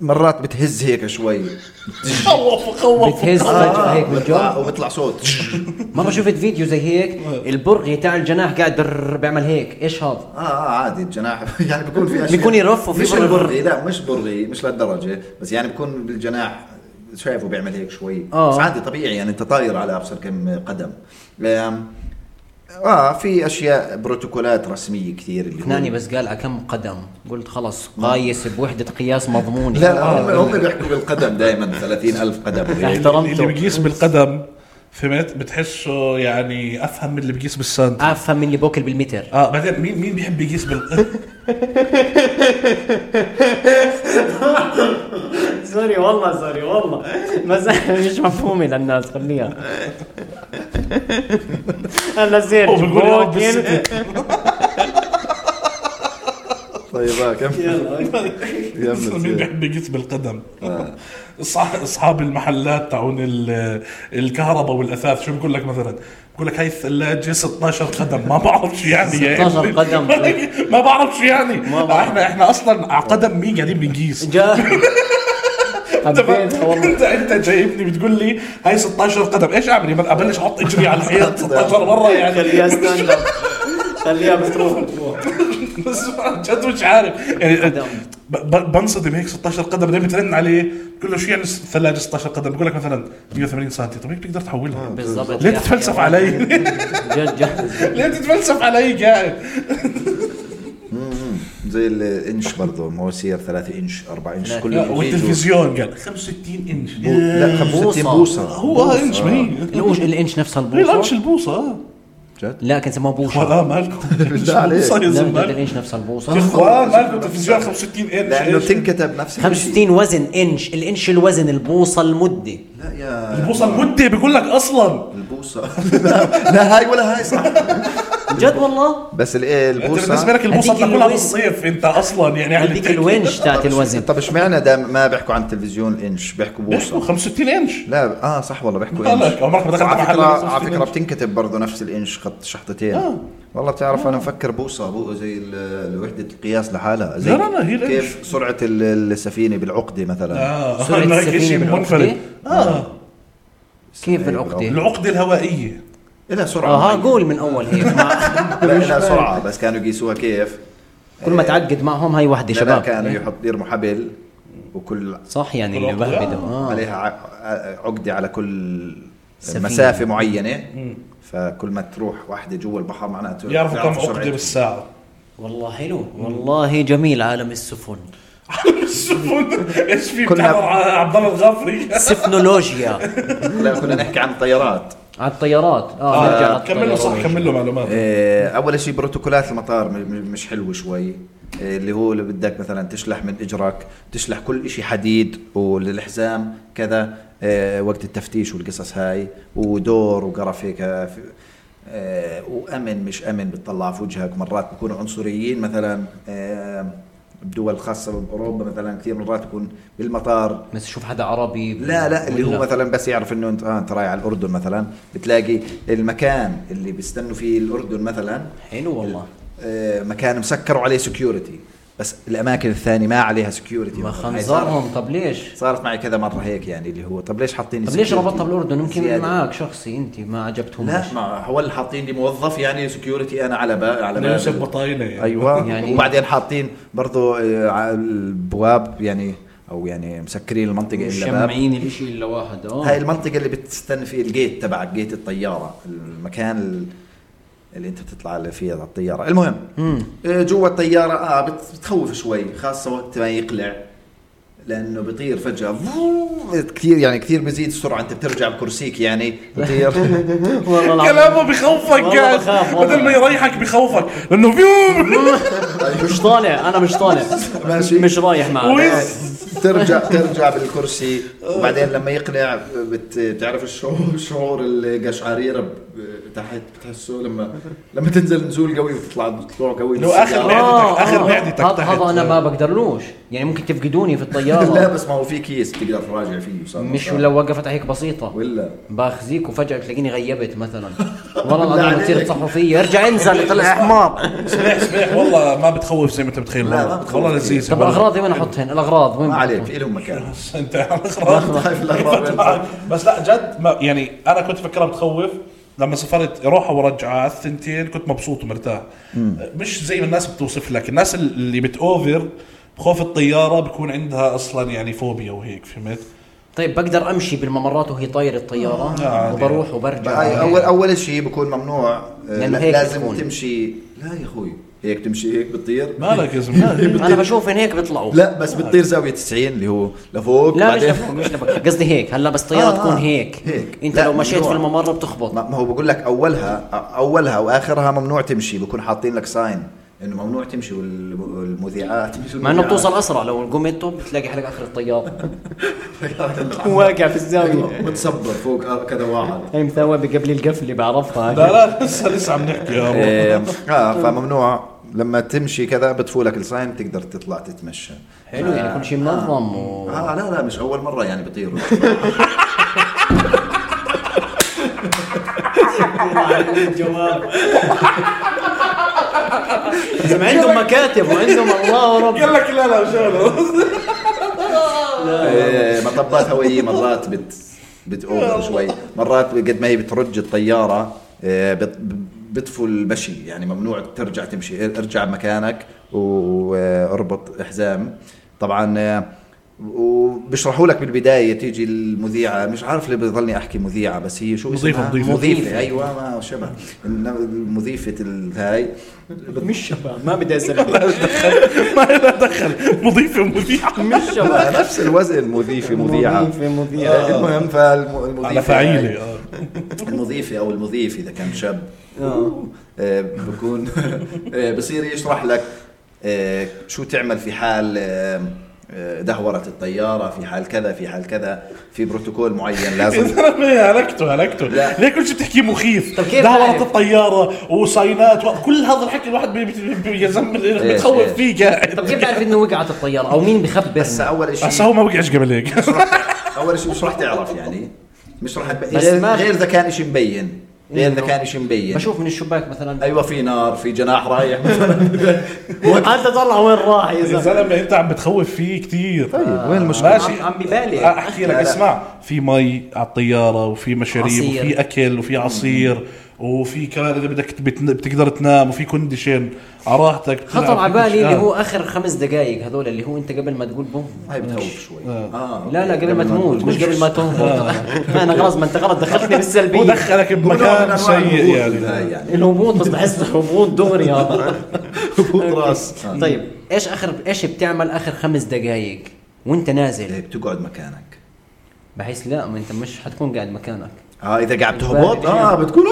مرات بتهز هيك شوي خوف خوف بتهز فجاه آه، هيك بالجو وبيطلع- وبيطلع صوت مره شفت فيديو زي هيك البرغي تاع الجناح قاعد در- بيعمل هيك ايش هذا اه اه عادي الجناح يعني بيكون في اشياء بيكون يرف وفي مش برغي. البرغي لا مش برغي مش لهالدرجه بس يعني بيكون بالجناح شايفه بيعمل هيك شوي آه. بس عادي طبيعي يعني انت طاير على ابصر كم قدم آم، اه في اشياء بروتوكولات رسميه كثير اللي هو- فناني بس قال على كم قدم قلت خلص قايس بوحده قياس مضمونه لا هم آه. هم بيحكوا بالقدم دائما 30000 قدم يعني اللي احترمته بقيس بالقدم فهمت بتحسه يعني افهم من اللي بقيس بالسنت افهم مني بوكل بالمتر اه بعدين مين مين بيحب يقيس بال سوري والله سوري والله بس مش مفهومه للناس خليها انا سيرج هو بيقول يا رب بوكل الستي. طيب آه، كمل أصلاً مين كمل بيحب يقيس بالقدم أصح- اصحاب المحلات تاعون ال- الكهرباء والاثاث شو بقول لك مثلا بقول لك هاي الثلاجه 16 قدم ما بعرف شو يعني يا 16 ابني. قدم. ما بعرف شو يعني بعرف. احنا احنا اصلا على قدم مين قاعدين بنقيس جاء انت انت انت جايبني بتقول لي هاي 16 قدم ايش اعمل يبقى ابلش احط اجري على الحيط 16 مره يعني خليها ستاند اب خليها بتروح بس عن جد مش عارف يعني قدم. ب- ب- بنصدم هيك 16 قدم بعدين بترن عليه بقول له شو يعني الثلاجه 16 قدم بقول لك مثلا 180 سم طب هيك بتقدر تحولها بالضبط ليه تتفلسف علي؟ جد جد ليه تتفلسف علي قاعد؟ زي الانش برضه مواسير 3 انش 4 انش لا، كله والتلفزيون قال 65 انش لا 65 بوصه هو آه، انش ما هي الأوش- الانش نفسها هي الانش البوصه البوصه آه. جد لا كان سموها بوشه ولا آه، مالكم بالله عليك. لا بجد مالكم الانش نفسها يا البوصه اخوان مالكم تلفزيون 65 انش لانه إيش؟ بتنكتب نفس 65 وزن انش الانش الوزن البوصه المده لا يا البوصه المده بقول لك اصلا البوصه لا لا هاي ولا هاي صح جد والله بس إيه، الايه انت بالنسبه البوصه لك البوصه هذيك تاكلها الوز. بالصيف انت اصلا يعني أهل هذيك التأكيد. الونش تاعت الوزن طب اشمعنى ده ما بيحكوا عن التلفزيون الانش بيحكوا بيحكوا بوصه 65 انش لا اه صح والله بيحكوا انش مالك عمرك ما دخلت على محل فكره على 65 فكره إنش. بتنكتب برضه نفس الانش خط شحطتين آه. والله بتعرف انا مفكر بوصه بو زي ال- وحده القياس لحالها زي لا، لا، لا، هي الإنش. كيف سرعه ال- السفينه بالعقده مثلا اه سرعة أنا هيك السفينة شيء بالعقدة؟ منفرد اه كيف العقده؟ العقده الهوائيه لها سرعه آه، اه معينة. قول من اول هيك مع- لا لها سرعه بس كانوا يقيسوها كيف كل ما تعقد معهم هاي وحده لا، لا شباب كانوا يحط يرموا حبل وكل صح يعني اللي كل واحد. بهبده اه عليها ع- عقده على كل سفينة. مسافه معينه فكل ما تروح واحده جوا البحر معناته يعرفوا كم بتعرف عقده سرعتها. بالساعه والله حلو والله جميل عالم السفن السفن ايش في كنا- بتحضر ع- عبد الله الغفري سفنولوجيا لا كنا نحكي عن الطيارات على الطيارات اه نرجع آه، على كملوا صح الطيارات. كملوا إيه. معلومات آه، اول شيء بروتوكولات المطار م- م- مش حلوه شوي آه، اللي هو اللي بدك مثلا تشلح من اجرك تشلح كل شيء حديد والحزام كذا آه، وقت التفتيش والقصص هاي ودور وقرف هيك آه، في- آه، وامن مش امن بتطلع في وجهك مرات بيكونوا عنصريين مثلا آه، بدول خاصه باوروبا مثلا كثير مرات بيكون بالمطار بس شوف حدا عربي لا لا اللي هو ولا- مثلا بس يعرف انه انت آه انت رايح على الاردن مثلا بتلاقي المكان اللي بيستنوا فيه الاردن مثلا حلو والله آه مكان مسكر وعليه سكيورتي بس الاماكن الثانيه ما عليها سكيورتي ما مثلاً. هاي صارت- خنزرهم طب ليش؟ صارت معي كذا مره هيك يعني اللي هو طب ليش حاطين طب ليش security ربطتها بالاردن؟ يمكن زيادة؟ معك شخصي انت ما عجبتهم لا ما هو اللي حاطين لي موظف يعني سكيورتي انا على با على أنا يوسف باب بطاينه يعني ايوه يعني- يعني وبعدين حاطين برضه آه على البواب يعني او يعني مسكرين المنطقه الا باب مشمعين الشيء الا واحد هاي اه المنطقة اللي بتستنى فيه الجيت تبعك جيت الطيارة المكان ال- اللي انت بتطلع فيه على الطيارة المهم آه، جوا الطيارة اه بت- بتخوف شوي خاصة وقت ما يقلع لانه بيطير فجأة فوو، كثير يعني كثير بزيد السرعة انت بترجع بكرسيك يعني بطير والله العظيم. كلامه بخوفك والله قاعد بخاف والله. بدل ما يريحك بخوفك لانه فيوم مش طالع انا مش طالع ماشي. مش رايح معك ويز. ترجع ترجع بالكرسي وبعدين لما يقلع بت- بتعرف الشعور شعور القشعريره ب- تحت بتحسه لما لما تنزل نزول قوي وتطلع طلوع قوي لو آخر بالسيارة. معدتك، آخر معدتك آه، هذا تحت. هذا انا ما بقدرلوش يعني ممكن تفقدوني في لا الطياره بس ما هو في كيس بتقدر تراجع فيه وصار مش وصار. لو وقفت هيك بسيطه ولا باخذيك وفجاه تلاقيني غيبت مثلا والله بالله العظيم عليك. بتصير صحفيه ارجع انزل طلع حمار سميح سميح والله ما بتخوف زي ما انت لا، متخيل ما والله بتخوف والله كثير. لذيذ طب الاغراض وين احطهن الاغراض وين ما عليك بحطهن؟ في لهم مكان انت الاغراض طيب الأغراض وين؟ بس لا جد ما يعني انا كنت فكرها بتخوف لما سافرت روحة ورجعة على الثنتين كنت مبسوط ومرتاح أه، مش زي ما الناس بتوصف لك الناس اللي بتأوفر بخوف الطيارة بكون عندها اصلا يعني فوبيا وهيك فهمت طيب بقدر امشي بالممرات وهي طايره الطياره لا، عادي. وبروح وبرجع هاي اول اول شيء بكون ممنوع آه، لأنه لا- هيك لازم بتكون. تمشي لا يا اخوي هيك تمشي هيك بتطير مالك يا زلمة انا بشوف هن هيك بيطلعوا لا بس بتطير زاويه 90 اللي هو لفوق لا مش بعدين- لفوق مش لفوق قصدي هيك هلا بس الطياره آه، آه. تكون هيك هيك. انت لا، لو مشيت ممنوع. في الممر بتخبط ما ما هو بقول لك اولها أ- اولها واخرها ممنوع تمشي بكون حاطين لك ساين انه ممنوع تمشي والم- والمذيعات مع انه بتوصل اسرع لو قمت بتلاقي حالك اخر الطياره واقع في الزاويه متصبر فوق كذا واحد هي مثوبه قبل القفله بعرفها لا لا لسه لسه عم نحكي يا رب. إيه، اه إيه، فممنوع لما تمشي كذا بتفولك الصايم تقدر تطلع تتمشى حلو يعني كل شيء منظم و... اه لا لا مش اول مره يعني بطير لازم عندهم مكاتب وعندهم الله رب قال لك لا لا شغله إيه، مطبات هويه مرات بت بتأوفر شوي مرات قد ما هي بترج الطياره إيه، بت بتفل المشي يعني ممنوع ترجع تمشي إيه، ارجع مكانك واربط حزام طبعا إيه، وبشرحوا لك بالبدايه تيجي المذيعه مش عارف ليه بضلني احكي مذيعه بس هي شو مضيفة، اسمها؟ مضيفة. مضيفه ايوه ما شبه إنه مضيفه ال- هاي مش شباب ما بدي اسال ما لها دخل مضيفه ومذيعه مش شباب لا، نفس الوزن مضيفه مذيعه مضيفة، مذيعة. آه، المهم فالمضيفه على يعني. فعيلي آه. المضيفة أو المضيف إذا كان شاب آه، بكون آه، بصير يشرح لك آه، شو تعمل في حال آه، آه، دهورت الطيارة في حال كذا في حال كذا في بروتوكول معين يا لازم زلمه إيه، هلكته هلكته لا. ليه كل شيء بتحكيه مخيف إيه. طب كيف يعني؟ دهورة عارف؟ الطياره وصينات و... كل هذا الحكي الواحد بي- بي- بي- يا زلمه إيه، بتخوف إيه. فيه قاعد طب كيف تعرف انه وقعت الطياره او مين بخبس هسا أول هسه شيء هو ما وقعش قبل هيك أول شيء مش راح تعرف يعني مش راح تب- بس غير ما- إيه. غير إذا كان شيء مبين غير إذا كان شيء مبين بشوف من الشباك مثلا أيوة في نار في جناح رايح انت طلع وين راح يا يا زلمه انت عم بتخوف فيه كتير طيب وين المشكلة؟ ماشي عم- عم ببالي. آه، احكي لك لا، لا. اسمع في مي على الطياره وفي مشاريب عصير. وفي اكل وفي عصير وفي كمان اذا بدك بت- بتقدر تنام وفي كونديشن على راحتك بتلعب خطر في على بالي كل اللي شيء. هو اخر خمس دقائق هذول اللي هو انت قبل ما تقول بوم هاي بتخوف شوي آه، لا لا أوكي. قبل ما تموت آه. مش قبل ما تنهض انا خلاص ما انت غلط دخلتني هو بالسلبيه دخلك هو نوع من بمكان أنواع سيء الهبوط يعني طيب. هاي يعني الهبوط بس بحس هبوط دغري هذا هبوط راس آه. طيب ايش اخر ايش بتعمل اخر خمس دقائق وانت نازل إيه، بتقعد مكانك بحيث لا ما انت مش حتكون قاعد مكانك اه اذا قاعد تهبط اه بتقول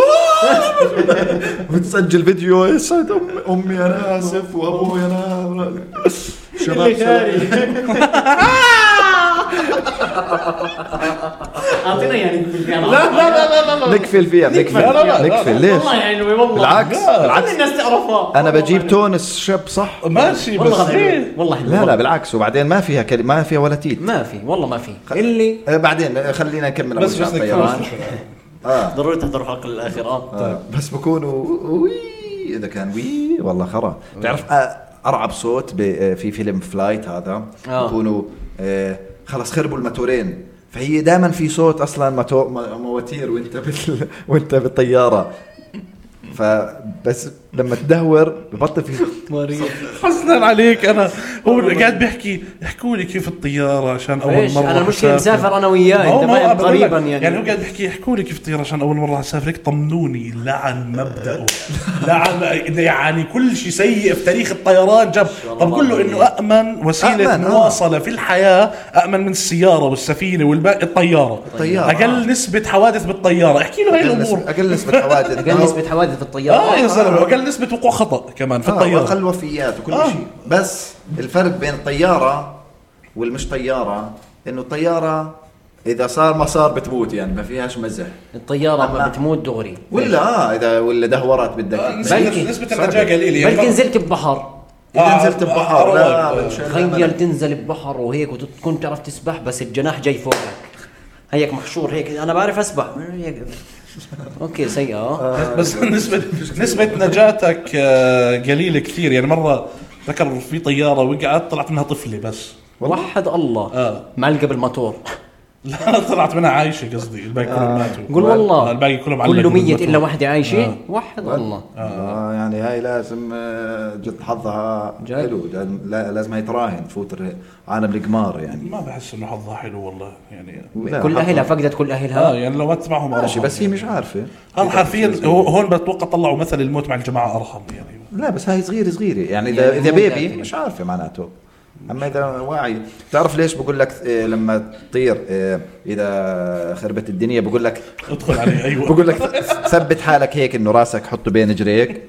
آه، بتسجل فيديو يا سيد امي امي انا اسف وابوي انا شباب سلام. اعطينا يعني لا لا لا لا نكفل فيها بنكفل لا، لا، لا، نكفل ليش؟ يعني والله بالعكس لا. بالعكس الناس تعرفها يعني. انا بجيب تونس شاب صح ماشي بس والله ليه؟ حلو والله حلو لا لا بالعكس وبعدين ما فيها كلمة ما فيها ولا تيت ما في والله ما في اللي آه، بعدين آه، خلينا نكمل بس أول بس شيء بدك على الطيران. تفوز. اه ضروري تحضر حلقه للاخر اه آه، بس بكونوا وي اذا كان وي والله خرا تعرف آه، ارعب صوت ب- آه، في فيلم فلايت هذا آه. بكونوا آه، خلص خربوا الماتورين فهي دائما في صوت اصلا ماتو- م- مواتير وانت بال... وانت بالطياره فبس لما تدهور ببطل في حزنا عليك انا هو قاعد بيحكي احكوا لي كيف الطياره عشان اول ليش مره انا المشكله أسافر. مسافر انا وياه هو انت ما فاهم بقول لك، قريبا يعني هو يعني قاعد بيحكي احكوا لي كيف الطياره عشان اول مره اسافر هيك طمنوني لعن مبدأه لعن يعني كل شيء سيء في تاريخ الطيران جاب طب قل له انه امن وسيله أأمن، آه. مواصله في الحياه امن من السياره والسفينه والباقي الطياره الطيارة، آه. نسبه حوادث بالطياره احكي له هاي اقل الامور نسبه اقل نسبه حوادث اقل نسبه حوادث اه الطيارات يا زلمه واقل نسبه وقوع خطا كمان في آه، الطياره واقل وفيات وكل آه. شيء بس الفرق بين الطياره والمش طياره انه الطياره اذا صار ما صار بتموت يعني ما فيهاش مزح الطياره ما أما- بتموت دغري ولا آه اذا ولا دهورات بدك آه، نسبة- تتميت. بلكي. نسبه النجاه قليله يعني بلكي نزلت ببحر اذا آه، نزلت آه، ببحر لا آه، بنشل تخيل أمل. تنزل ببحر وهيك وتكون تعرف تسبح بس الجناح جاي فوقك هيك محشور هيك انا بعرف اسبح هيك. اوكي سيئه آه. بس نسبة نسبة نجاتك آه، قليلة كثير يعني مرة ذكر في طيارة وقعت طلعت منها طفلة بس وحد الله آه. معلقه بالموتور لا طلعت منها عايشة قصدي الباقي كلهم ماتوا قول والله آه، الباقي كلهم علقوا كله ميت بالموتور. الا وحده عايشه آه. وحد الله آه يعني هاي لازم آه، جد حظها جد. حلو لازم- لا- لازم هي تراهن تفوت ر- عالم القمار يعني ما بحس انه حظها حلو والله يعني لا، كل حظها- اهلها فقدت كل اهلها اه يعني لو ما تسمعهم ماشي بس هي مش عارفه هذا حرفيا هو- هون بتوقع طلعوا مثل الموت مع الجماعة ارحم يعني لا بس هاي صغيره صغيره يعني اذا يعني اذا مو بيبي متأكدة. مش عارفه معناته اما اذا واعي بتعرف ليش بقول لك آه، لما تطير آه، اذا خربت الدنيا بقول لك ادخل عليه ايوه بقول لك ثبت حالك هيك انه راسك حطه بين رجليك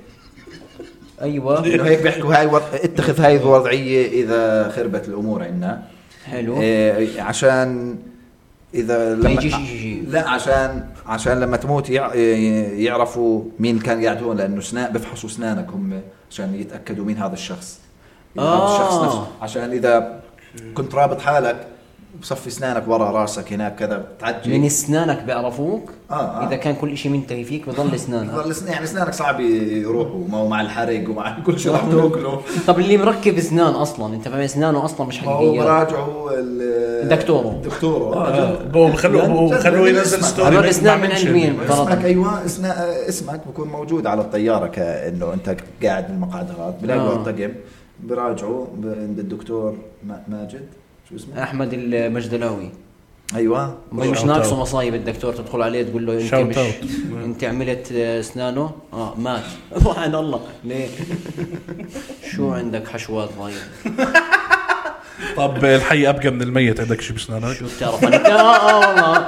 ايوه انه هيك بيحكوا هاي وض... اتخذ هاي الوضعيه اذا خربت الامور عندنا حلو إيه عشان اذا ما لما يجيش يجي. لا عشان عشان لما تموت يع- إيه، يعرفوا مين كان قاعد هون لانه سنا بفحصوا اسنانك هم عشان يتاكدوا مين هذا الشخص إذا هذا آه. الشخص نفسه عشان اذا كنت رابط حالك بصفي اسنانك ورا راسك هناك كذا بتعجي من اسنانك بيعرفوك آه، آه. اذا كان كل شيء منتهي فيك بضل اسنانك بضل اسن- يعني اسنانك صعب يروحوا ما هو مع الحرق ومع كل شيء راح تاكله طب اللي مركب اسنان اصلا انت فاهم اسنانه اصلا مش ما هو حقيقيه مراجعه ال- دكتوره. دكتوره آه. هو خلوه هو خلوه ينزل اسمك. ستوري هذول مع اسنان من منشن. عند مين؟ اسمك فرضاً. ايوه اسنا- اسمك بكون موجود على الطياره كانه انت قاعد بالمقعد هذا بلاقوا آه. الطقم براجعوا ب- عند الدكتور ما- ماجد شو اسمه؟ احمد المجدلاوي ايوه مش Shout ناقصه out. مصايب الدكتور تدخل عليه تقول له انت Shout مش out. انت عملت آه، اسنانه اه مات سبحان الله ليه؟ شو عندك حشوات طيب؟ طب الحي ابقى من الميت عندك شيء بسنانك شو بتعرف عن الك- اه اه والله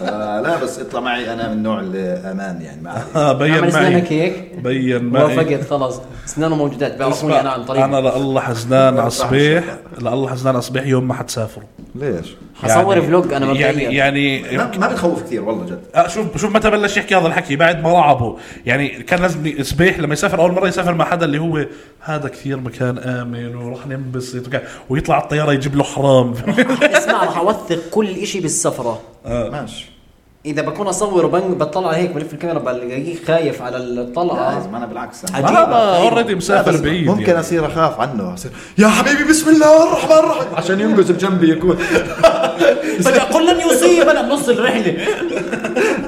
فلا بس اطلع معي انا من نوع الامان يعني مع اه بين عمل اسنانك إيه؟ معي هيك بين معي وافقت خلاص اسنانه موجودات بيعرفوني اسمع، انا عن طريق انا لله حزنان على صبيح لله حزنان على صبيح يوم ما حتسافروا ليش؟ حصور يعني- فلوج انا يعني مبدئيا يعني ما, ما بتخوف كثير والله جد آه، شوف شوف متى بلش يحكي هذا الحكي بعد ما رعبه يعني كان لازم ي- صبيح لما يسافر اول مره يسافر مع حدا اللي هو هذا كثير مكان امن وراح ننبسط وكا- ويطلع على الطياره يجيب له حرام يعني- اسمع رح اوثق كل إشي بالسفره ماشي اذا بكون اصور وبن- بطلع هيك بلف الكاميرا بلاقيه خايف على لا الطلعه لازم انا بالعكس أنا. عجيب. هذا اوريدي مسافر بس بعيد ممكن يعني. اصير اخاف عنه اصير يا حبيبي بسم الله الرحمن الرحيم عشان ينقز بجنبي يكون فجاه قل لن يصيبنا بنص الرحله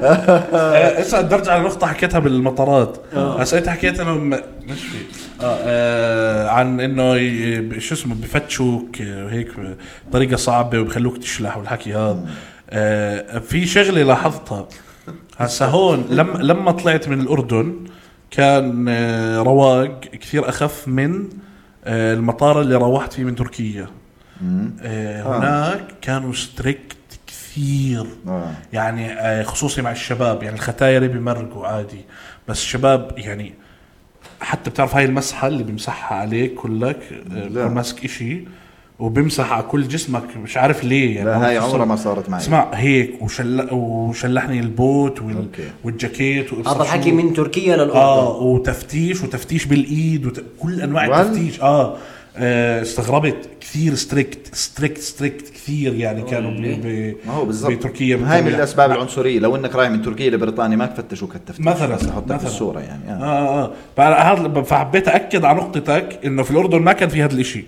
آه، هسه بدي ارجع لنقطة حكيتها بالمطارات هسه انت حكيت انهم ايش في آه، آه عن انه ي- شو اسمه بفتشوك آه، هيك بطريقة صعبة وبخلوك تشلح والحكي هذا آه في شغلة لاحظتها هسه هون لما لما طلعت من الاردن كان آه، رواق كثير اخف من آه، المطار اللي روحت فيه من تركيا آه، هناك كانوا ستريكت كثير آه. يعني آه، خصوصي مع الشباب يعني الختايرة بمرقوا عادي بس الشباب يعني حتى بتعرف هاي المسحة اللي بمسحها عليك كلك آه، لا. بكون ماسك اشي وبمسح على كل جسمك مش عارف ليه يعني لا هاي خصوصاً- عمرها ما صارت معي اسمع هيك وشل... وشلحني البوت وال... أوكي. والجاكيت وإبصر هذا شو. الحكي من تركيا للاردن اه وتفتيش وتفتيش بالايد وت... كل انواع وال- التفتيش آه. اه استغربت كثير ستريكت ستريكت ستريكت كثير يعني كانوا ب... ب... إيه؟ ما هو بالضبط بتركيا هاي آه، من بتعمل- الاسباب العنصريه لو انك رايح من تركيا لبريطانيا ما كفتشوك التفتيش مثلاً، بس احطك مثلاً. بالصوره يعني آه. اه اه فأنا هذا- فحبيت اكد على نقطتك انه في الاردن ما كان في هذا الاشي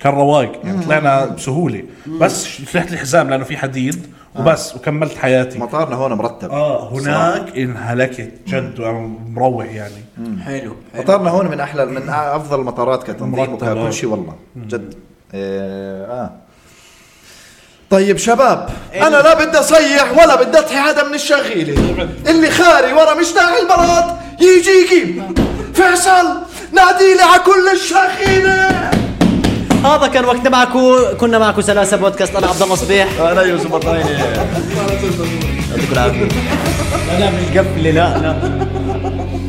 كان رواق يعني طلعنا بسهوله بس شلحت الحزام لانه في حديد آه. وبس وكملت حياتي مطارنا هون مرتب اه صراحة. هناك انهلكت جد وانا مروح يعني حلو حلو مطارنا هون من احلى من افضل المطارات كتنظيم مرتب، آه. وكل شيء والله جد اه, آه. طيب شباب انا لا بدي اصيح ولا بدي اضحي حدا من إيه، الشغيله اللي خاري ورا مشتاق البلاط يجي يجيب فيصل ناديلي على كل الشغيله هذا كان آه، وقتنا معكم كنا معكم سلاسه بودكاست انا عبد الله صبيح انا يوسف بطايني يعطيكم العافيه لا مش قفله لا لا